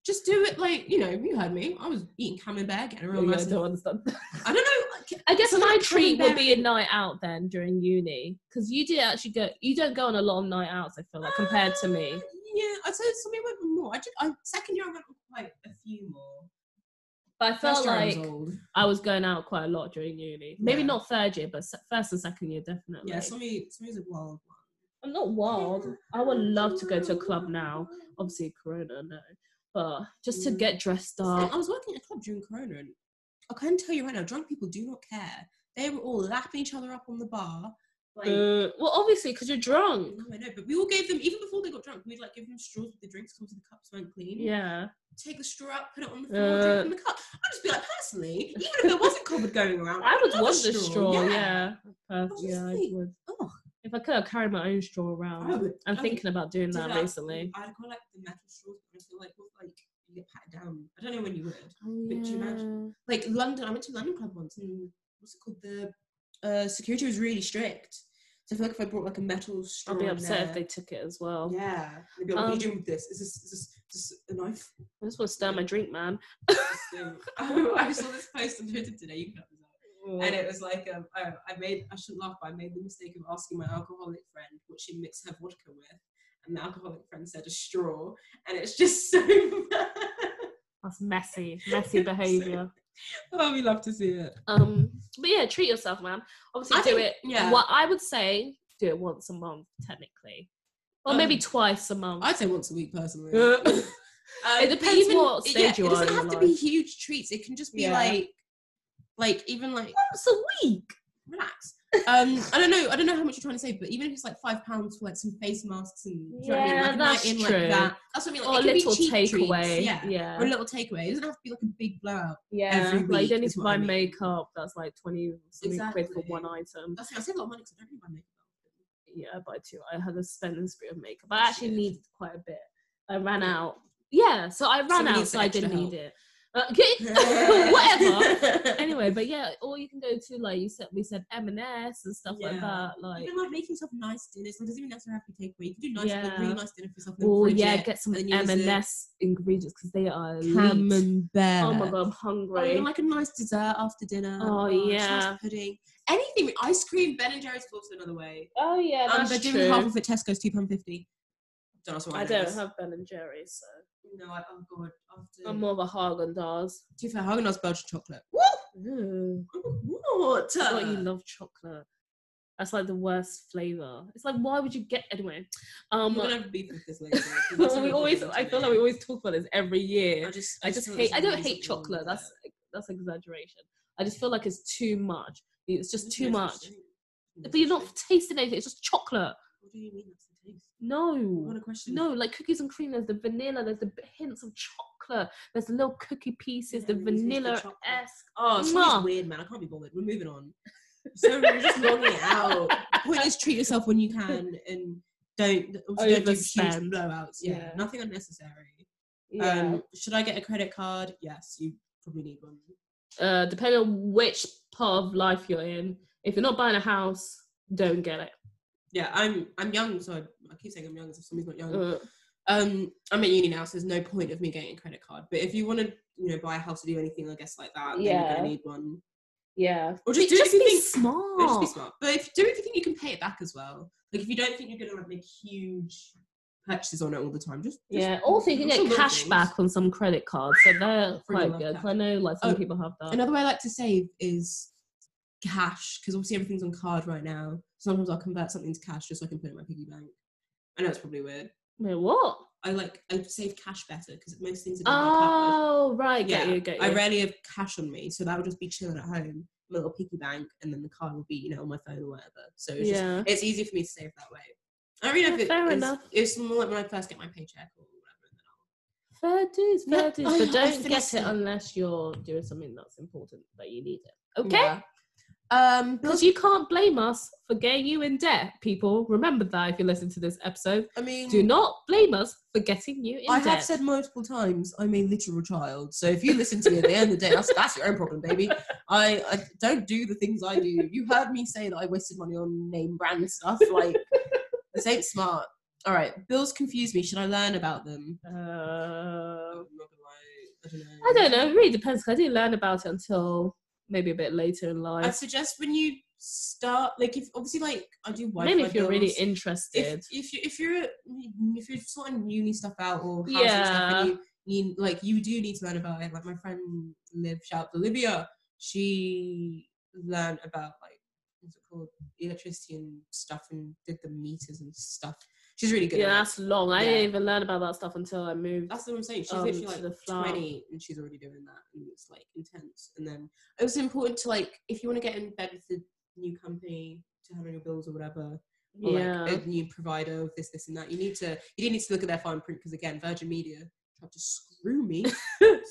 Just do it like you know. You heard me. I was eating camembert, getting a real nice.
understand.
I don't know. like,
I guess
So
my
like
treat
coming
would be a night out then during uni because you did actually go. You don't go on a lot of night outs. I feel like compared to
Uh,
me.
Yeah, I said something went with more. I just I, second year I went with quite a few more.
But I felt
First year I was
like
old.
I was going out quite a lot during uni. Maybe
Yeah.
not third year, but se- first and second year definitely.
yeah, Sumi Sumi's a wild one.
I'm not wild. I would
um,
love to go to a club now. Obviously, Corona, no. But just to
Mm.
get dressed
I
up.
was working at a club during Corona, and I can tell you right now, drunk people do not care. They were all lapping each other up on the bar. Like,
Uh, well, obviously, because you're drunk.
no, I know, but we all gave them even before they got drunk. We'd like give them straws with the drinks because the cups weren't clean.
Yeah.
Take the straw out, put it on the floor, drink
Uh.
from the cup. I'd just be like, personally, even if there wasn't COVID going around,
I would
love a
want the straw. Yeah. Uh,
just
yeah, I
think,
would.
Oh,
If I could, I'd carry my own straw
I
around.
would.
I'm
I would
thinking about doing
do
that
that.
recently.
I'd go like the metal straws, but I feel like with like you get pat down. I don't know when you would.
Oh, Yeah.
do you imagine? Like London, I went to a London club once, and what's it called? The uh, security was really strict. So I feel like if I brought like a metal straw,
I'd be
in
upset if
there-
they took it as well.
Yeah, they'd be like, "What are
Um,
you doing with this? Is this is this, is this a knife?"
I just want to stir my drink, man.
Um, I saw this post on Twitter today. You can help this out. And it was like, um, oh, I made, I shouldn't laugh, but I made the mistake of asking my alcoholic friend what she mixed her vodka with. And the alcoholic friend said a straw. And it's just so bad.
That's messy, messy behavior.
Oh, we love to see it.
um, but yeah, treat yourself, man. Obviously,
I
do
think-
it.
yeah.
What I would say, do it once a month, technically, or maybe
Um,
twice a month.
I'd say once a week personally.
Uh,
Um,
It depends
even-
what
it-
stage you
It
are
doesn't
in
have
your
to be
life.
huge treats. It can just be
Yeah.
like, like even like
once a week.
relax. Um, I don't know. I don't know how much you're trying to save, but even if it's like five pounds for like some face masks and do you know what I mean?
Yeah,
like a
that's
night in
true.
like that. That's what I mean. Like,
Or a
it can be
little
cheap
takeaway.
Treats, yeah. Or a little takeaway. It doesn't have to be like a big blowout.
Yeah,
every
like you
week
don't need
is
to
what
buy
I mean.
makeup. That's like twenty something quid for
Exactly.
one item.
That's it. I save a lot of money because I don't really buy makeup.
Yeah, I buy two. I had a spend and spree of makeup. I actually
Shit.
needed quite a bit. I ran out. Yeah, so I ran
Somebody
out,
needs
so
the
I didn't
extra
need it. Uh, okay, whatever. Anyway, but yeah, or you can go to like you said, we said M and S and stuff like
Yeah.
that. Like,
even like making yourself nice dinners. It doesn't even necessarily have to take away. You can do nice, like,
Yeah.
really nice dinner for yourself. and then
oh
fridge
yeah,
it.
get some
and
M
use
and
it.
S ingredients because they are elite.
Camembert.
Oh my god, I'm
Or
hungry.
even like a nice dessert after dinner.
Oh,
a
yeah.
nice pudding. Anything with ice cream. Ben and Jerry's is also another way.
oh yeah,
um, they're
that's
doing
true.
half of it. Tesco's two pound fifty. Don't ask why
I don't
is.
have Ben and Jerry's, so
No, I, oh god. After
I'm more of a Haagen Dazs.
too fair. Haagen Dazs Belgian chocolate. What?
Ooh,
What?
I forgot you love chocolate. That's like the worst flavor. It's like why would you get anyway?
I'm
Um,
gonna have beef with this later. 'cause that's what
we
we're
always.
doing
I feel
today.
like we always talk about this every year.
I just,
I just
feel
hate.
there's
I don't
always
hate
something
chocolate.
wrong with
That's
it.
that's exaggeration. I just feel like it's too much. It's just
There's
too
no
much.
such thing.
But you're not tasting anything. It's just chocolate.
What do you mean that's the taste? What
No,
a question.
no. Like cookies and cream. There's the vanilla. There's the b- hints of chocolate. There's the little cookie pieces. The
Yeah, and then you taste the
vanilla
chocolate.
esque.
Oh, it's
Mwah.
weird, man. I can't be bothered. We're moving on. So we're just longing it out. Point is, treat yourself when you can and don't don't do huge
Overspend.
blowouts. Yeah,
Yeah.
nothing unnecessary.
Yeah.
Um, should I get a credit card? Yes, you probably need one.
uh, depending on which part of life you're in. If you're not buying a house, don't get it.
Yeah, I'm I'm young, so I, I keep saying I'm young as if somebody's not young.
Uh,
um i'm at uni now so there's no point of me getting a credit card but if you want to you know buy a house or do anything i guess like that then you're
Yeah.
gonna need one
yeah.
or just do it if you
be
think or just
smart.
be smart but if do it if you think you can pay it back as well like if you don't think you're gonna like make huge purchases on it all the time just, just
Yeah. Also, you can
look for
get
little
cash
things.
back on some credit cards, so they're
Freedom
quite
of
good.
cash.
'cause I know like some
Oh,
people have that.
another way i like to save is cash because obviously everything's on card right now sometimes i'll convert something to cash just so i can put it in my piggy bank i know it's probably weird
Wait, what?
I like I save cash better because most things are done by card.
Oh right, get
Yeah,
you, get you.
I rarely have cash on me, so that would just be chilling at home, my little piggy bank, and then the card will be, you know, on my phone or whatever. So it's just
yeah,
it's easy for me to save that way. I mean, if
Yeah,
it,
fair
it's,
enough.
it's more like when I first get my paycheck or whatever.
fair dues, fair
Yeah,
dues.
I-
But
I
don't get
finessed
it
it.
unless you're doing something that's important that you need it.
and
Okay.
then I'll- Um,
Because
bills.
you can't blame us for getting you in debt, people. Remember that if you listen to this episode.
I mean,
Do not blame us for getting you in
I
debt.
have said multiple times I'm a literal child. So if you listen to me at the end of the day, that's, that's your own problem, baby. I, I don't do the things I do. You heard me say that I wasted money on name brand stuff. Like, this ain't smart. All right, bills confuse me. Should I learn about them?
Uh,
I'm not gonna lie,
I don't know. It really depends. 'cause I didn't learn about it until maybe a bit later in
I
life.
suggest when you start, like, if obviously, like, I do Wi-Fi
Maybe if you're really
bills.
interested.
if, if you if you're if you're sorting uni stuff out or housing stuff
Yeah.
and you need like you do need to learn about it. Like my friend Liv, shout out to Olivia, she learned about like what's it called electricity and stuff and did the meters and stuff. She's really good.
yeah,
at it.
that's long. I
Yeah.
didn't even learn about that stuff until I moved.
That's what I'm saying. She's
um,
literally
to
like
the flower.
twenty and she's already doing that, and it's like intense. And then it was important to like if you want to get in bed with the new company to handle your bills or whatever, or
yeah.
like a new provider of this, this, and that. You need to you do need to look at their fine print because again, Virgin Media tried to screw me.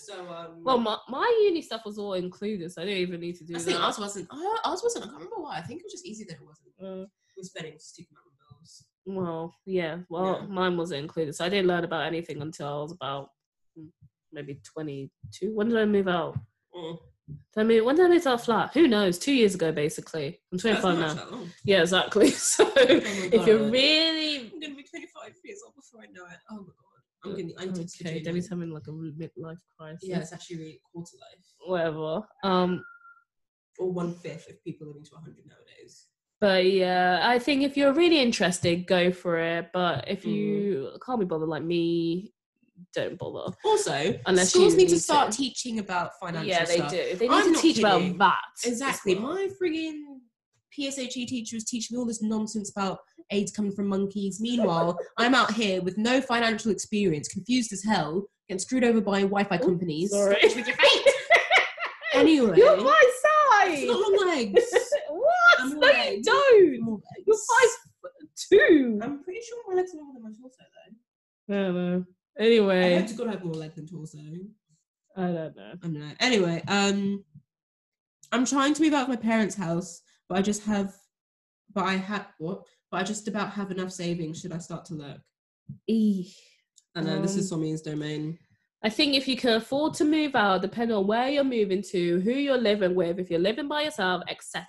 so um,
well, my, my uni stuff was all included, so I didn't even need to do
I
that.
think ours wasn't. I- Ours wasn't. I can't remember why. I think it was just easy that it wasn't.
Uh,
We're spending a stupid amount of bills.
Well, yeah. Well,
Yeah.
mine wasn't included, so I didn't learn about anything until I was about mm, maybe twenty-two. When did I move out?
Oh,
Did I move, when did I move to our flat? Who knows? Two years ago, basically. I'm
that's
twenty-five
not
now.
that long.
Yeah, exactly. So if you're
God.
really
I'm gonna be 25 years old before I know it. Oh my god. I'm gonna. I'm just
okay, don't be having like a midlife crisis.
Yeah, it's actually really quarter life
Whatever. Um,
or one fifth of people living to 100 nowadays.
But yeah, I think if you're really interested, go for it. But if
Mhm.
you can't be bothered like me, don't bother.
Also,
Unless
schools
you
need to
need
start
to.
teaching about financial
yeah, they
stuff.
do. They need
I'm
to
not
teach
kidding.
about that. as
Exactly.
well.
My friggin' PSHE teacher was teaching E me all this nonsense about AIDS coming from monkeys. Meanwhile, I'm out here with no financial experience, confused as hell, getting screwed over by Wi-Fi
Ooh,
companies.
sorry.
Which would you hate? anyway,
You're my
I've got
side.
long legs.
what?
I'm
no, you
alright.
don't.
Long legs.
You're five foot two.
I'm pretty sure my legs are longer than my torso, though.
I don't know.
I
Anyway,
hope to God I have more leg than torso.
I don't know.
I don't know. Anyway, um, I'm trying to move out of my parents' house, but I just have, but I have what? But I just about have enough savings. Should I start to look?
E.
I know uh, this is
Um,
Somia's domain.
I think if you can afford to move out, depending on where you're moving to, who you're living with, if you're living by yourself, etc.,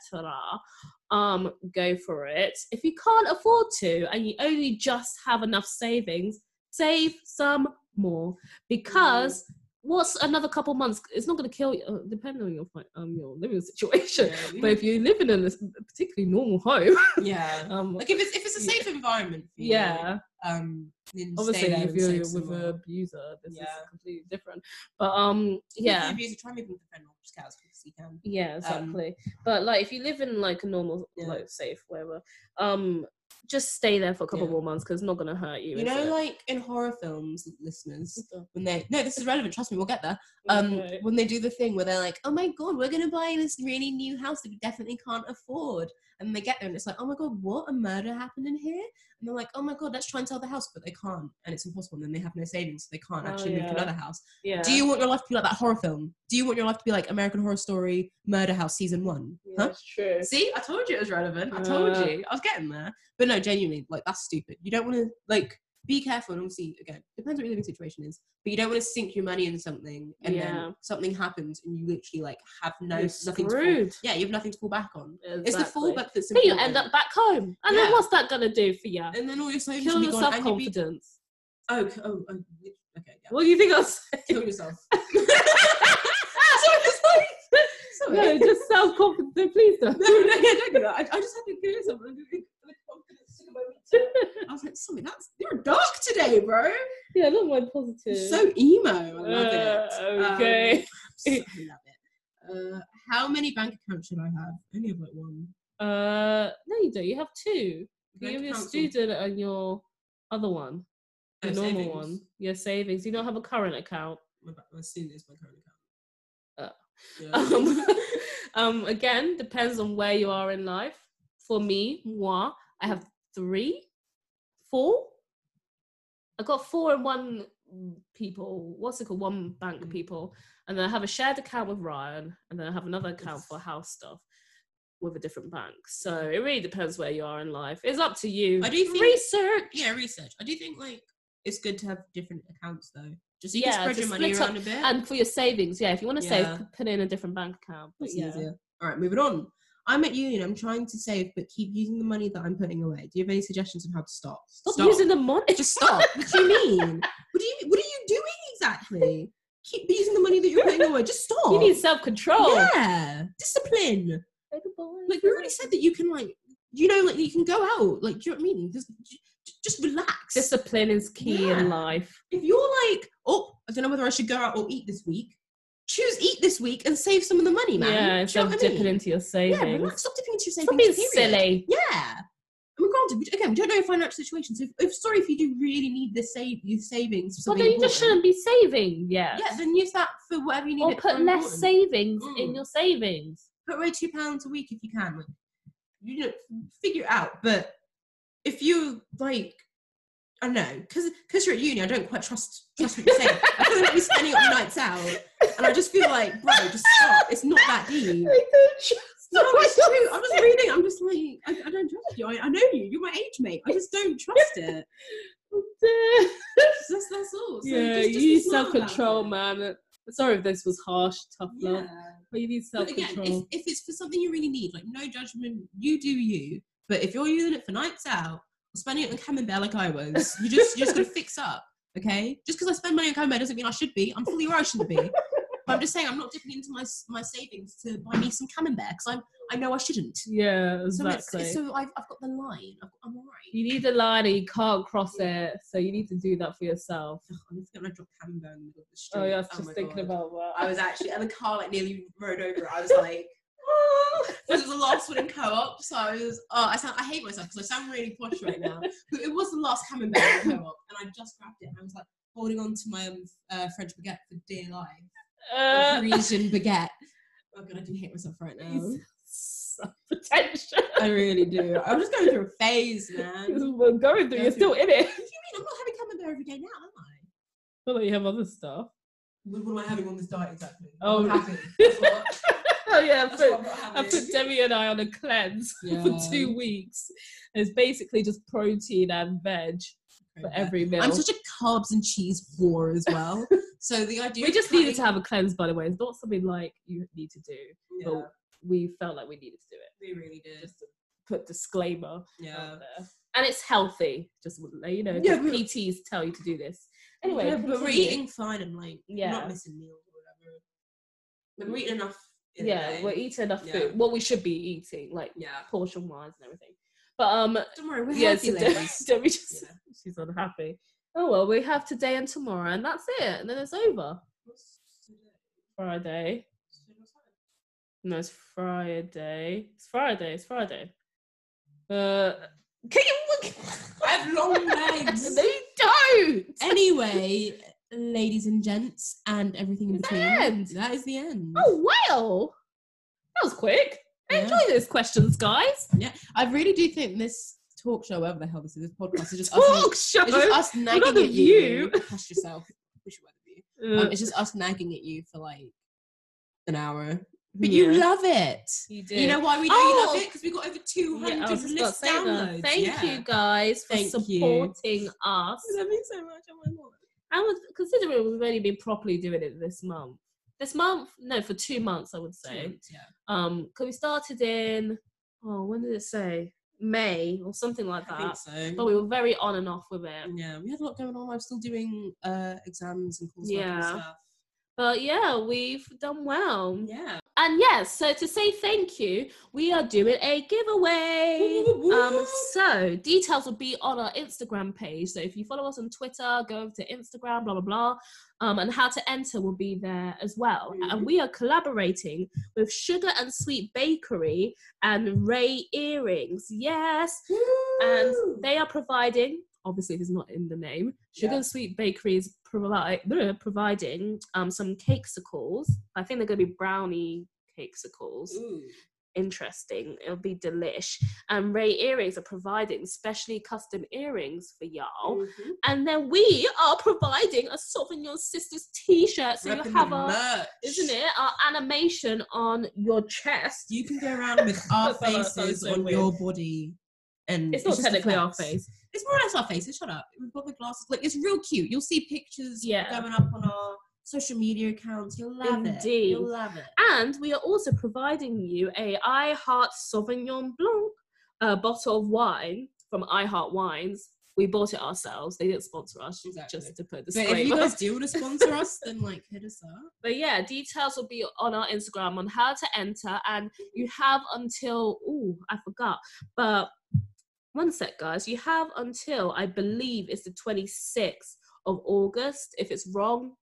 um, go for it. If you can't afford to and you only just have enough savings, save some more because what's another couple months? It's not going to kill you, uh, depending on your fi- um your living situation. But if you're living in a s- particularly normal home,
yeah,
um,
like if it's if it's a safe environment. For you,
yeah,
Um. then
obviously
stay there
if
and
you're
save
with
some
an
more.
abuser, this is
Yeah.
completely different. But um,
If
yeah.
you're abused, try moving with a friend or just get out as quick as you can.
Yeah, exactly. but like, if you live in like a normal,
Yeah.
like safe, wherever, um, just stay there for a couple
Yeah.
more months because it's not gonna hurt you.
You
is
know,
it?
like in horror films, listeners, when they no, this is relevant. Trust me, we'll get there. um
Okay.
when they do the thing where they're like oh my god we're gonna buy this really new house that we definitely can't afford and they get there and it's like oh my god what a murder happened in here and they're like oh my god let's try and sell the house but they can't and it's impossible and then they have no savings so they can't
Oh,
actually move
yeah.
to another house
yeah.
do you want your life to be like that horror film do you want your life to be like american horror story murder house season one
Yeah,
huh
It's true.
See, I told you it was relevant. I told
Uh.
you. I was getting there. But no, genuinely, like that's stupid. You don't want to like be careful and obviously again, depends what your living situation is. But you don't want to sink your money in something and
Yeah.
then something happens and you literally like have no
You're
nothing to fall,
screwed.
Yeah, you have nothing to fall back on. It's the
Exactly.
fallback that's
Then
important.
you end up back home, and then
Yeah.
what's that gonna do for you?
and then all your savings
Kill
will be
your
gone
self
and you'll be
confidence.
oh, c- oh, oh li- okay, yeah.
What do you think I was?
Kill yourself. Sorry, sorry. Sorry.
No, just self confidence. Please don't.
No, no, yeah, don't do that. I, I just had to give it someone. I was like, sorry, that's you're dark today, bro.
yeah, not my positive.
So emo. I love
Uh,
it. Um,
okay.
so- I love it. Uh, how many bank accounts should I have? I only have like one.
uh, no, you don't. You have two. You
Bank
have your
accounts or-
student and your other one. the
No,
normal
Oh, savings.
one. Your savings. You don't have a current account.
My, ba- my student is my current account. Yeah.
Uh. Um, um, again, depends on where you are in life. For me, moi, I have three, four. I got four in one people. What's it called? One bank
Mm.
people, and then I have a shared account with Ryan, and then I have another account for house stuff with a different bank. So it really depends where you are in life. It's up to you.
I do think-
research.
yeah, research. I do think like it's good to have different accounts though, just so you
Yeah,
can spread
to
your money
split up
around a bit.
And for your savings, yeah, if you want to
Yeah.
save, put in a different bank account. But
It's
yeah.
easier. All right, moving on. I'm at uni. and I'm trying to save, but keep using the money that I'm putting away. Do you have any suggestions on how to stop?
Stop, using the money.
Just stop. what do you mean? What do you What are you doing exactly? Keep using the money that you're putting away. Just stop.
You need self control.
yeah, discipline. Like we already said that you can like, you know, like you can go out. Like, do you know what I mean? Just, j- just relax.
discipline is key
Yeah.
in life.
if you're like, oh, I don't know whether I should go out or eat this week. Choose eat this week and save some of the money, man.
Yeah,
Do you
instead
know
of
what I mean?
dipping into your
Yeah,
savings.
relax. Stop dipping into your savings.
Stop being
period.
silly.
Yeah. I mean, granted, we, again, we don't know your financial situation. So, if, if sorry if you do really need the save your savings for
Well,
something.
then you just shouldn't
important.
be saving. Yeah.
Yeah, then use that for whatever you need.
Or
it
put
for
less
important.
savings in
Mm.
your savings.
Put away two pounds a week if you can. Like, you know, figure it out. But if you like, I don't know, because because you're at uni, I don't quite trust trust what you're saying. I feel like you're spending up your nights out, and I just feel like, bro, just stop. It's not that deep. No, it's true. I'm just reading. I'm just like, I, I don't trust you. I, I know you. You're my age mate. I just don't trust it. That's, that's all. So
yeah,
just, just
you
be
need
smart
self
about
control,
it.
man. Sorry if this was harsh, tough
Yeah.
love, but you need self
But again,
control.
if, if it's for something you really need, like no judgment, you do you. But if you're using it for nights out, or spending it on camembert like I was, you just you just gotta fix up, okay? Just because I spend money on camembert doesn't mean I should be. I'm fully aware I shouldn't be. But I'm just saying I'm not dipping into my s- my savings to buy me some camembert because I'm I know I shouldn't.
yeah,
So
exactly.
it's, it's- so I've, I've got the line. I've, I'm alright.
you need a line and you can't cross it, so you need to do that for yourself.
Ugh, I'm just gonna drop camembert in the middle of the street.
Oh yeah, I was just
my
thinking
God.
about that.
I was actually, and the car like nearly rode over it. I was like, oh, this is the last one in co-op. So I was, oh, I sound, I hate myself because I sound really posh right now. But it was the last camembert in co-op, and I just grabbed it and I was like holding on to my um, uh, French baguette for dear life, or
Uh,
Parisian baguette. Oh god, I do hate myself right now.
potential.
I really do. I'm just going through a phase, man. What do you mean?
We're going through. You're still in it.
I'm not having camembert every day now, am I?
Well, you have other stuff.
What what am I having on this diet exactly?
Oh.
I'm happy. That's what,
Oh yeah, I
that's what
put,
I'm not
I
having.
put Debbie and I on a cleanse for
Yeah.
two weeks. It's basically just protein and veg for every meal.
I'm such a carbs and cheese whore as well. so the idea
we
of
just
cutting-
needed to have a cleanse, by the way. It's not something like you need to do,
Yeah,
but we felt like we needed to do it.
we really did.
Put disclaimer
Yeah.
out there, and it's healthy. Just want to let you know. 'cause
Yeah, but-
PTs tell you to do this anyway.
Yeah, but we're
continue.
eating fine and like
Yeah.
not missing meals or whatever. Like, we're eating enough. in a
Yeah,
day.
we're eating enough
Yeah.
food. What we should be eating, like
yeah.
portion wise and everything. But um,
Don't worry, we're
yeah,
healthy
so Debbie,
ladies.
Debbie just
Yeah.
she's unhappy. Oh well, we have today and tomorrow, and that's it, and then it's over. Friday. No, it's Friday. It's Friday. It's Friday. Uh, can you?
I have long legs.
no, you don't.
anyway, ladies and gents, and everything in
Is that
between.
the end?
That is the end.
Oh wow, that was quick. I
Yeah.
enjoy those questions, guys.
I really do think this talk show, whatever the hell this is, this podcast is just us
Talk show.
It's just us
not
nagging
the
at you.
view.
Hush yourself. Push your weather view.
Uh,
Um, it's just us nagging at you for like an hour. But
yeah.
you love it.
You do.
You know why we know you
Oh.
love it? Because we got over 200
Yeah, I was just about to
list
say that.
downloads.
Thank
yeah.
you guys for
Thank you.
supporting us.
That means so much. Oh my god.
I would consider we've only been properly doing it this month. This month, no, for two months, I would say.
Yeah.
Um, 'cause we started in oh, when did it say May or something like
I think
that?
so. Mm.
But we were very on and off with it.
yeah, we had a lot going on. I was still doing uh, exams and coursework and
Yeah.
stuff.
But yeah, we've done well.
Yeah.
And yes, so to say thank you, we are doing a giveaway.
Woo, woo, woo.
Um, so details will be on our Instagram page. So if you follow us on Twitter, go over to Instagram, blah blah blah. Um, and how to enter will be there as well. And
Mhm.
we are collaborating with Sugar and Sweet Bakery and Ray Earrings. Yes, and
Woo!
they are providing obviously if it's not in the name. Sugar
Yeah.
and Sweet Bakery is provide, bleh, providing um, some cakesicles. I think they're going to be brownie cakesicles.
Ooh.
Interesting. It'll be delish. And Ray Earrings are providing specially custom earrings for y'all.
Mhm.
And then we are providing a Sauvignon Sisters t-shirt. So
Repping
you have
the
a
merch.
isn't it? Our animation on your chest.
You can go around with our
That sounds
faces
so
on
weird.
your body, and
It's not
just a
technically our
flex.
face.
It's more or less our faces. Shut up. We've got the glasses. Like it's real cute. You'll see pictures
Yeah.
going up on our social media accounts. You'll love it.
Indeed.
You'll love it.
And we are also providing you a I Heart Sauvignon Blanc uh, bottle of wine from I Heart Wines. We bought it ourselves. They didn't sponsor us,
Exactly.
just to put a
But
disclaimer.
if you guys do want to sponsor us, then like hit us up.
But yeah, details will be on our Instagram on how to enter, and you have until oh, I forgot, but one sec, guys. You have until I believe it's the 26th of August. If it's wrong,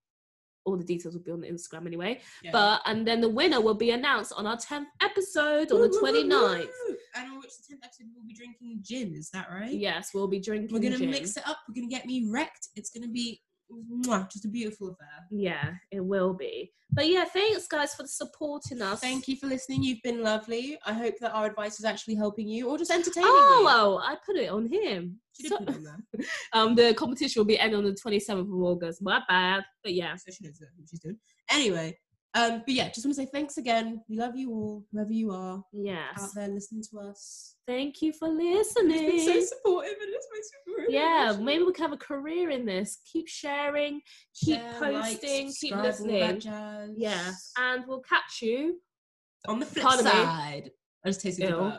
all the details will be on the Instagram anyway.
Yeah.
But and then the winner will be announced on our 10th episode on
Woo,
the
woo, woo,
29th.
woo. And on which the tenth episode we'll be drinking gin. Is that right?
Yes, we'll be drinking.
We're gonna
gin.
mix it up. We're gonna get me wrecked. It's gonna be mwah, just a beautiful affair.
Yeah, it will be. But yeah, thanks guys for supporting us.
Thank you for listening. You've been lovely. I hope that our advice is actually helping you or just entertaining
Oh,
you.
well, I put it on him.
Should
So-
have put it on there.
Um, the competition will be ending on the 27th of August. My bad. But yeah,
So she knows exactly what she's doing. Anyway, um, but yeah, just want to say thanks again. We love you all, whoever you are out
yes.
there listening to us.
Thank you for
Uh, It's been so
listening.
supportive and it's makes me really
Yeah,
emotional.
maybe we can have a career in this. Keep sharing, keep
Share, like,
posting, keep
subscribe, all that
listening.
jazz.
Yeah, and we'll catch you.
On the flip
Pardon me.
side, I just tasted the
Ew.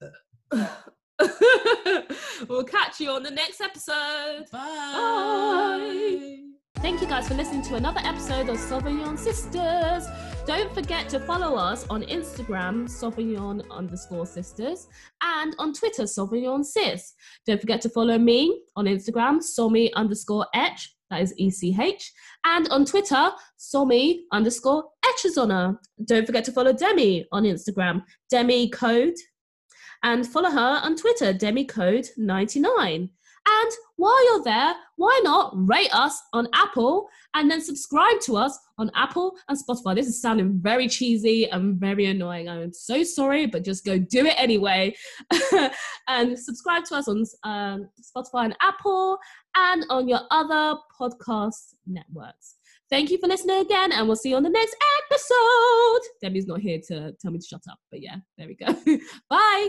burp.
we'll catch you on the next episode.
Bye.
Thank you guys for listening to another episode of Sauvignon Sisters. Don't forget to follow us on Instagram, Sauvignon underscore sisters, and on Twitter, Sauvignon Sis. Don't forget to follow me on Instagram, Somi underscore etch, that is E C H, and on Twitter, Somi underscore etchesona. Don't forget to follow Demi on Instagram, Demi Code, and follow her on Twitter, Demi Code 99. And while you're there, why not rate us on Apple and then subscribe to us on Apple and Spotify? This is sounding very cheesy and very annoying. I'm so sorry, but just go do it anyway. and subscribe to us on um, Spotify and Apple and on your other podcast networks. Thank you for listening again, and we'll see you on the next episode. Debbie's not here to tell me to shut up, but yeah, there we go. Bye.